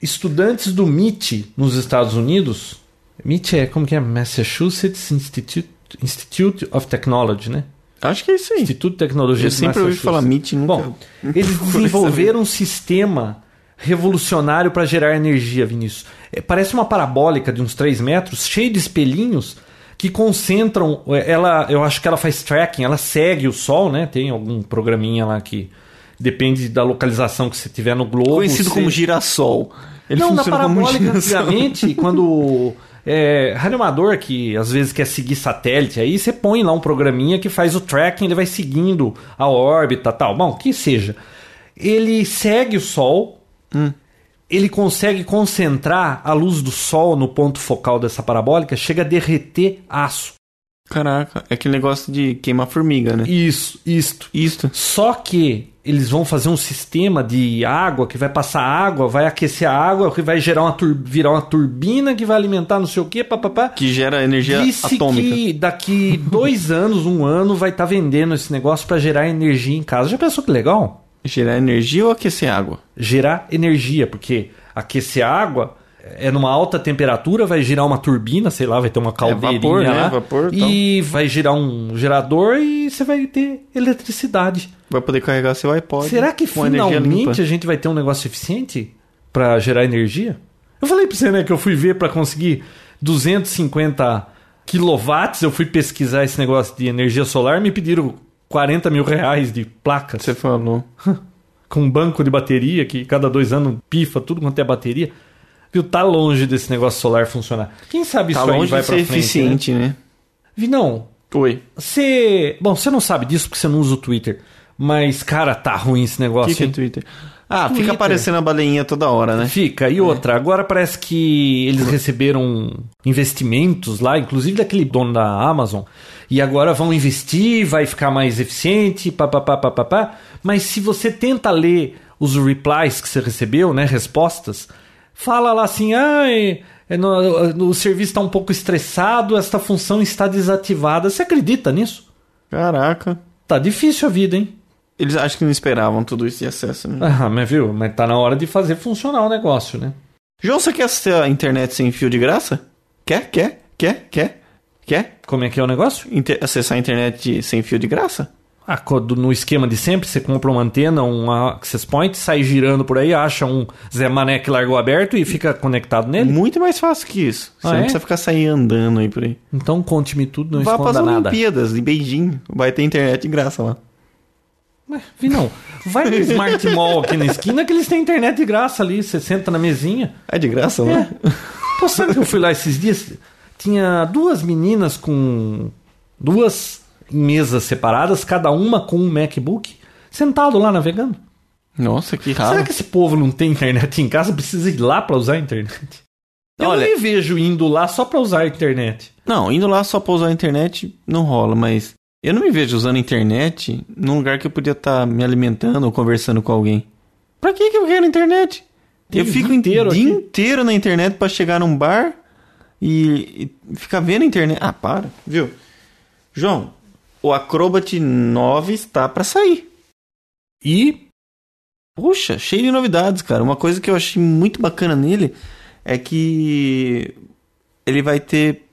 Estudantes do MIT nos Estados Unidos. MIT é como que é? Massachusetts Institute, Institute of Technology, né?
Acho que é isso aí.
Instituto de Tecnologia
Eu
de
sempre ouvi falar
Massachusetts.
MIT, nunca-
Bom,
nunca
eles
procurei
desenvolveram um sistema revolucionário para gerar energia, Vinícius. É, parece uma parabólica de uns 3 metros, cheio de espelhinhos que concentram. é, Ela, eu acho que ela faz tracking, ela segue o sol, né? Tem algum programinha lá que depende da localização que você tiver no globo.
Conhecido
você-
como girassol. Ele
não, na
funciona como um
parabólica,
girassol.
antigamente, quando. É, radioamador que às vezes quer seguir satélite, aí você põe lá um programinha que faz o tracking, ele vai seguindo a órbita tal. Bom, que seja. Ele segue o Sol, ele consegue concentrar a luz do Sol no ponto focal dessa parabólica, chega a derreter aço.
Caraca, é aquele negócio de queimar formiga, né?
Isso, isto.
Isto.
Só que eles vão fazer um sistema de água que vai passar água, vai aquecer a água, que vai gerar uma tur- virar uma turbina que vai alimentar não sei o quê, papapá.
Que gera energia
Disse
atômica.
que daqui dois anos, um ano, vai estar vendendo esse negócio para gerar energia em casa. Já pensou que legal?
Gerar energia ou aquecer água?
Gerar energia, porque aquecer água é numa alta temperatura, vai girar uma turbina, sei lá, vai ter uma caldeirinha
vapor, né?
lá,
Vapor, então.
e vai girar um gerador e você vai ter eletricidade.
Vai poder carregar seu iPod.
Será que
com energia
finalmente a
limpa.
gente vai ter um negócio eficiente para gerar energia? Eu falei para você, né, que eu fui ver para conseguir 250 quilowatts, eu fui pesquisar esse negócio de energia solar, me pediram 40 mil reais de placas
Você falou.
com um banco de bateria que cada dois anos pifa tudo quanto é bateria. Viu, tá longe desse negócio solar funcionar. Quem sabe
Tá
isso aí
longe
vai
de
para
ser
frente,
eficiente, né?
né? Vi não,
Oi.
você, bom, você não sabe disso porque você não usa o Twitter. Mas cara, tá ruim esse
O
negócio.
que, que é
hein?
Twitter? Ah,
Twitter.
fica aparecendo a baleinha toda hora, né?
Fica. E outra, agora parece que eles receberam investimentos lá, inclusive daquele dono da Amazon, e agora vão investir, vai ficar mais eficiente, papapá, papapá. Mas se você tenta ler os replies que você recebeu, né, respostas, fala lá assim, ah, é- é no- no- o serviço está um pouco estressado, esta função está desativada. Você acredita nisso?
Caraca.
Tá difícil a vida, hein?
Eles acham que não esperavam tudo isso de acesso, né?
Ah, mas viu, mas tá na hora de fazer funcionar o negócio, né?
João, você quer assistir a internet sem fio de graça? Quer, quer, quer, quer, quer?
Como é que é o negócio?
Inter- acessar a internet de- sem fio de graça?
Ah, quando- no esquema de sempre, você compra uma antena, um access point, sai girando por aí, acha um Zé Mané que largou aberto e fica conectado nele.
É Muito mais fácil que isso. Você
Ah,
não
é?
precisa ficar saindo andando aí por aí.
Então conte-me tudo, não
Vá para
esconda
as
nada.
Olimpíadas, em Beijing. Vai ter internet de graça lá.
Ué, vi não. Vai no Smart Mall aqui na esquina que eles têm internet de graça ali, você senta na mesinha.
É de graça, não
É.
é?
Pô, sabe que eu fui lá esses dias? Tinha duas meninas com duas mesas separadas, cada uma com um MacBook, sentado lá navegando.
Nossa, que raro.
Será que esse povo não tem internet em casa? Precisa ir lá pra usar a internet? Eu
Olha-
não me vejo indo lá só pra usar a internet.
Não, indo lá só pra usar a internet não rola, mas eu não me vejo usando a internet num lugar que eu podia estar me alimentando ou conversando com alguém. Pra que que eu quero internet? Eu
Tem o
fico
dia inteiro
inteiro dia
aqui.
inteiro na internet pra chegar num bar e, e ficar vendo a internet. Ah, para, viu? João, o Acrobat 9 está pra sair.
E
Puxa, cheio de novidades, cara. Uma coisa que eu achei muito bacana nele é que ele vai ter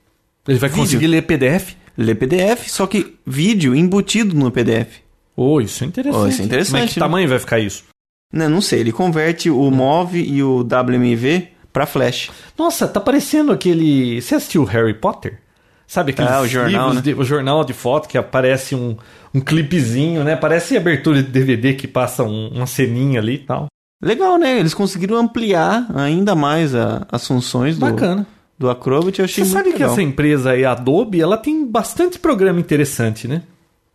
ele vai
Vídeo.
conseguir ler PDF?
Lê PDF, só que vídeo embutido no PDF.
Oh, isso é interessante.
Oh, isso é interessante,
Mas que
né?
tamanho vai ficar isso?
Né, Não, sei, ele converte o MOV e o WMV pra flash.
Nossa, tá parecendo aquele. Você assistiu Harry Potter? Sabe aqueles
Ah, o jornal,
livros
né?
de- o jornal de foto que aparece um, um clipezinho, né? Parece abertura de DVD que passa um- uma ceninha ali e tal.
Legal, né? Eles conseguiram ampliar ainda mais a- as funções do,
Bacana.
do Acrobat. Eu achei muito
Você sabe que assim,
legal.
essa empresa aí, a Adobe, ela tem bastante programa interessante, né?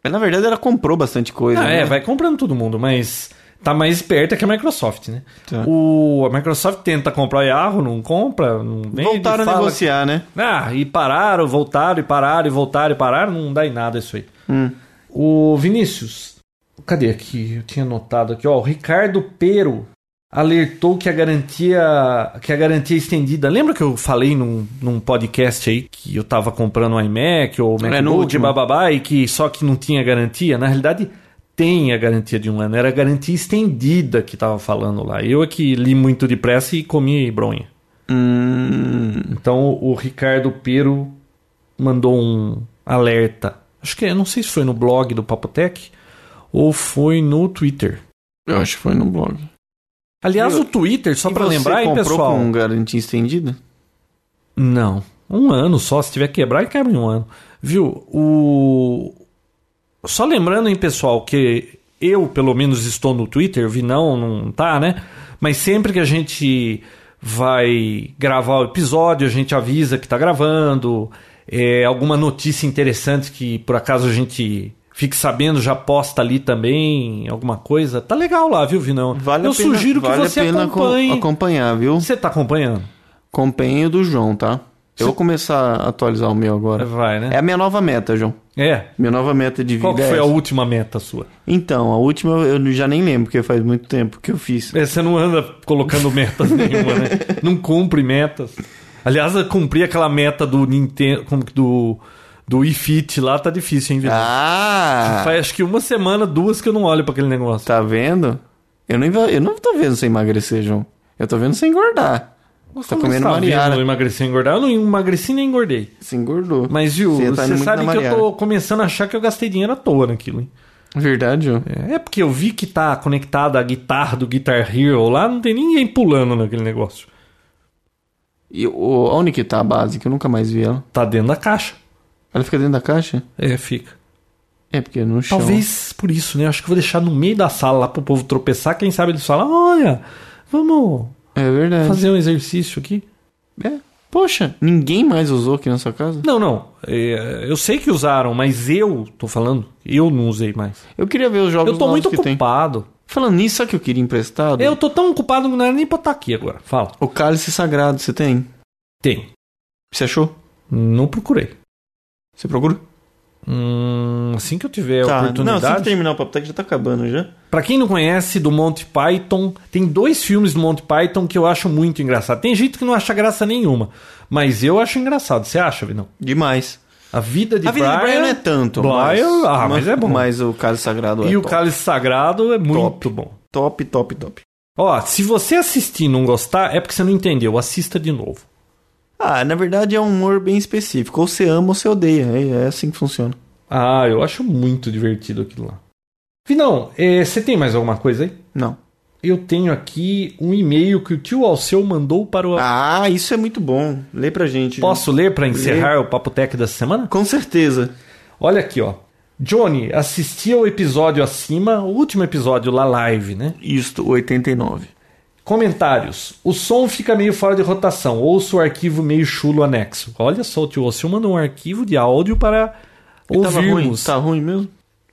Na verdade, ela comprou bastante coisa.
Ah,
né?
é, vai comprando todo mundo, mas tá mais esperta que a Microsoft, né?
Tá.
O, a Microsoft tenta comprar a Yahoo, não compra, não vende,
Voltaram a
fala-
negociar, né?
Ah, e pararam, voltaram, e pararam, e voltaram, e pararam, não dá em nada isso aí.
Hum.
O Vinícius, cadê aqui? Eu tinha notado aqui, ó, o Ricardo Pero alertou que a garantia que a garantia é estendida. Lembra que eu falei num, num podcast aí que eu tava comprando um iMac ou
É, no
MacBook,
último.
bababá, e que só que não tinha garantia? Na realidade, tem a garantia de um ano, era a garantia estendida que tava falando lá. Eu é que li muito depressa e comi bronha.
Hum,
Então o Ricardo Pero mandou um alerta. Acho que é, não sei se foi no blog do Papotec ou foi no Twitter.
eu acho que foi no blog.
Aliás,
E-
o Twitter, só
E
pra
você
lembrar aí,
comprou
pessoal.
com um garantia estendida?
Não, um ano só. Se tiver que quebrar, quebra em um ano. Viu? O só lembrando, hein, pessoal, que eu, pelo menos, estou no Twitter, o Vinão não tá, né? Mas sempre que a gente vai gravar o episódio, a gente avisa que tá gravando, é, alguma notícia interessante que por acaso a gente fique sabendo, já posta ali também, alguma coisa. Tá legal lá, viu, Vinão?
Vale
eu
a pena,
sugiro que
vale a
você
pena aco-
acompanhe.
acompanhar, viu?
Você tá acompanhando?
Acompanhe o do João, tá? Eu vou começar a atualizar o meu agora.
Vai,
É
né?
a minha nova meta, João.
É.
Minha nova meta de vida
Qual que
é
foi a
essa.
última meta sua?
Então, a última eu já nem lembro, porque faz muito tempo que eu fiz.
É, você não anda colocando metas nenhuma, né? Não cumpre metas. Aliás, eu cumpri aquela meta do Nintendo, como que do do iFit lá tá difícil, hein, Vitor?
Ah!
Faz acho que uma semana, duas que eu não olho pra aquele negócio.
Tá vendo? Eu não, eu não tô vendo você emagrecer, João. Eu tô vendo você engordar. Você tá
Como
comendo
você vendo Eu
mariara.
emagreci e engordar. Eu não emagreci nem engordei.
Você engordou.
Mas, viu,
Você
você,
tá indo muito
sabe
na
que eu tô
Mariana.
começando a achar que eu gastei dinheiro à toa naquilo, hein?
Verdade, João?
É, é porque eu vi que tá conectada a guitarra do Guitar Hero lá, não tem ninguém pulando naquele negócio.
E o, onde que tá a base? Que eu nunca mais vi ela.
Tá dentro da caixa.
Ela fica dentro da caixa?
É, fica.
É, porque no chão.
Talvez por isso, né? Acho que eu vou deixar no meio da sala lá pro povo tropeçar. Quem sabe eles falam: olha, vamos
É verdade.
fazer um exercício aqui.
É. Poxa, ninguém mais usou aqui na sua casa?
Não, não. É, eu sei que usaram, mas eu tô falando, eu não usei mais.
Eu queria ver os jogos
Eu tô
novos
muito
que tem.
ocupado.
Falando nisso, sabe o que eu queria emprestado?
Eu tô tão ocupado que não era nem pra estar aqui agora. Fala.
O cálice sagrado, você tem?
Tem.
Você achou?
Não procurei.
Você procura?
Hum, assim que eu tiver
tá. Não, assim que
oportunidade.
terminar o papo, tá que já tá acabando já.
Pra quem não conhece do Monty Python, tem dois filmes do Monty Python que eu acho muito engraçado. Tem gente que não acha graça nenhuma, mas eu acho engraçado. Você acha, Vinão?
Demais.
A vida de
a vida
Brian,
de Brian não é tanto.
Brian,
mas,
ah, mas é bom.
Mas o Cálice Sagrado é
e o
top.
Cálice Sagrado é muito bom.
Top, top, top.
Ó, se você assistir e não gostar, é porque você não entendeu. Assista de novo.
Ah, na verdade é um humor bem específico. Ou você ama ou você odeia. É, é assim que funciona.
Ah, eu acho muito divertido aquilo lá. Vinão, eh, você tem mais alguma coisa aí?
Não.
Eu tenho aqui um e-mail que o tio Alceu mandou para o...
Ah, isso é muito bom. Lê pra gente.
Posso ler para encerrar o Papo Tech da semana?
Com certeza.
Olha aqui, ó. Johnny, assisti ao episódio acima, o último episódio lá live, né?
Isto, 89.
Comentários. O som fica meio fora de rotação. Ouço o arquivo meio chulo anexo. Olha só, o tio Ossio mandou um arquivo de áudio para
E tava ruim?
ouvirmos.
Tá ruim mesmo?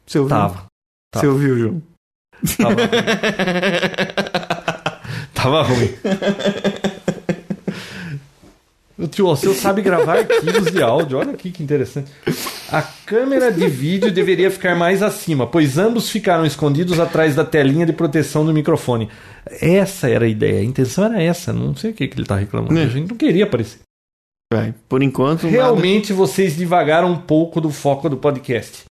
Você ouviu?
Tava.
Você ouviu, João?
Tava ruim. Tava ruim. O tio Alceu sabe gravar arquivos de áudio. Olha aqui que interessante. A câmera de vídeo deveria ficar mais acima, pois ambos ficaram escondidos atrás da telinha de proteção do microfone. Essa era a ideia. A intenção era essa. Não sei o que, que ele tá reclamando.
É.
A gente não queria aparecer.
Vai, por enquanto,
Realmente vocês divagaram um pouco do foco do podcast.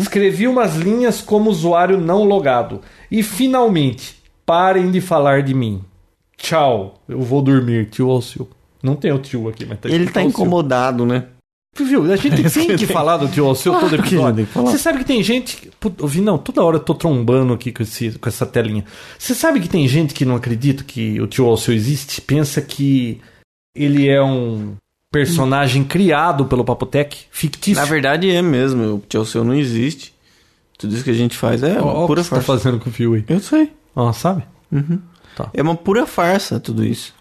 Escrevi umas linhas como usuário não logado. E finalmente, parem de falar de mim. Tchau. Eu vou dormir, tio Alceu. Não tem o tio aqui, mas
nada.
tá
Ele
escrito
tá
Alceu.
incomodado, né?
Viu? A gente tem que falar do tio Alceu todo
Claro que a gente tem
episódio.
que falar.
Você sabe que tem gente. que- Puta, ouvi, não, toda hora eu tô trombando aqui com, esse, com essa telinha. Você sabe que tem gente que não acredita que o tio Alceu existe, pensa que ele é um personagem criado pelo Papotec, fictício.
Na verdade é mesmo, o tio seu não existe. Tudo isso que a gente faz é
Ó,
uma
ó o
pura
que você tá
farsa.
fazendo com o fio aí.
Eu sei.
Ó, sabe?
É uma pura farsa tudo isso.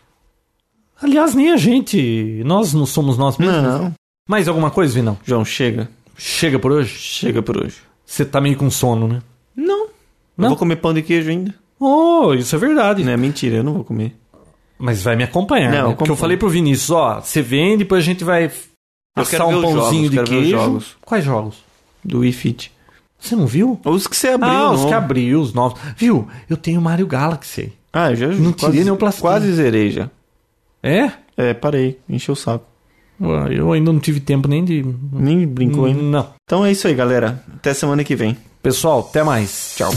Aliás, nem a gente. Nós não somos nós mesmos.
Não.
Mais alguma coisa, Vinão?
assim. João, chega.
Chega por hoje?
Chega por hoje.
Você tá meio com sono, né?
Não.
Não?
Não vou comer pão de queijo ainda.
Oh, isso é verdade.
Não é mentira, eu não vou comer.
Mas vai me
Não,
acompanhar, né? Porque eu
acompanha.
falei pro Vinícius, ó, você vem, depois a gente vai
Eu
assar
quero ver
um
os
pãozinho
jogos, quero
de
ver os
queijo.
jogos.
Quais jogos?
Do WeFit.
Você não viu?
Ou os que você abriu.
ah, os
não.
que abriu, os novos. Viu? Eu tenho Mario Galaxy aí.
Ah, eu já
Não
quase-
tirei nem o plastinho.
Quase zerei já.
É?
É, parei. Encheu o saco.
Ué, Eu ainda não tive tempo nem de...
Nem
Hum.
brincou ainda.
Não.
Então é isso aí, galera. Até semana que vem.
Pessoal, até mais. Tchau.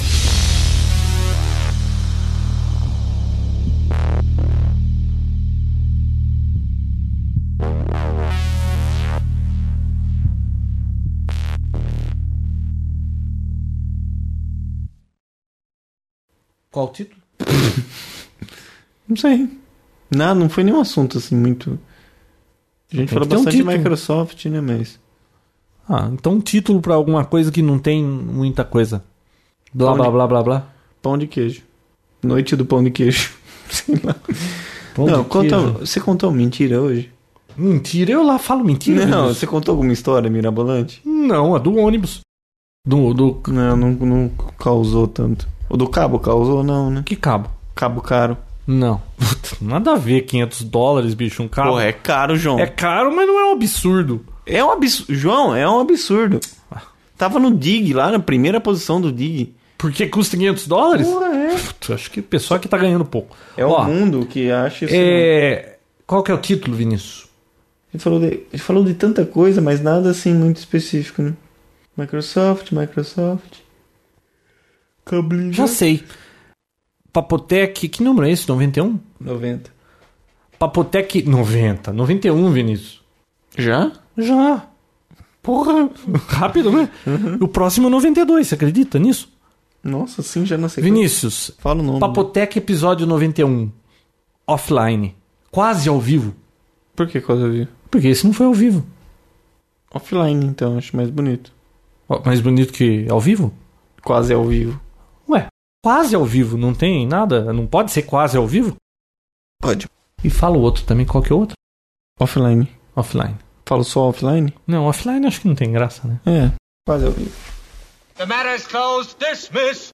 Qual o título?
Não sei. Não, não foi nenhum assunto assim muito. A gente
Tem
falou
que ter um
bastante de
título.
Microsoft, né? Mas.
Ah, então um título pra alguma coisa que não tem muita coisa. Blá,
Onde?
blá, blá, blá, blá.
Pão de queijo. Noite do pão de queijo. Sei lá.
Pão
não,
de
conta- um.
queijo.
você contou mentira hoje?
Mentira, eu lá falo mentira.
não,
Vinícius.
você contou alguma história mirabolante?
Não, a do ônibus. Do, do.
Não, não, não causou tanto. O do cabo causou, não, né?
Que cabo?
Cabo caro.
Não. Puta, nada a ver, 500 dólares, bicho, um cabo.
Porra, é caro, João.
É caro, mas não é um absurdo.
É um absurdo. João, é um absurdo. Tava no Dig, lá na primeira posição do Dig.
Porque custa 500 dólares?
é.
Puta, acho que o pessoal aqui tá ganhando pouco.
É
Ó,
o mundo que acha isso.
é... Qual que é o título, Vinícius?
Ele, falou de... Ele falou de tanta coisa, mas nada assim muito específico, né? Microsoft, Microsoft. Cablinho.
Já sei. Papotec, que número é esse? 91?
90.
Papotec 90. 91, Vinícius.
Já?
Já. Porra, rápido, né?
Uhum.
O próximo é 92, você acredita nisso?
Nossa, sim, já não sei.
Vinícius,
Fala o nome.
Papotec episódio 91. Offline. Quase ao vivo.
Por que quase eu vi?
Porque esse não foi ao vivo.
Offline, então, acho mais bonito.
Ó, Mais bonito que ao vivo?
Quase ao vivo.
Ué, quase ao vivo, não tem nada? Não pode ser quase ao vivo?
Pode.
E fala o outro também, qual que é o outro?
Offline.
Offline.
Falo só offline?
Não, offline acho que não tem graça, né?
É. Quase ao vivo.
The matter is closed. Dismiss.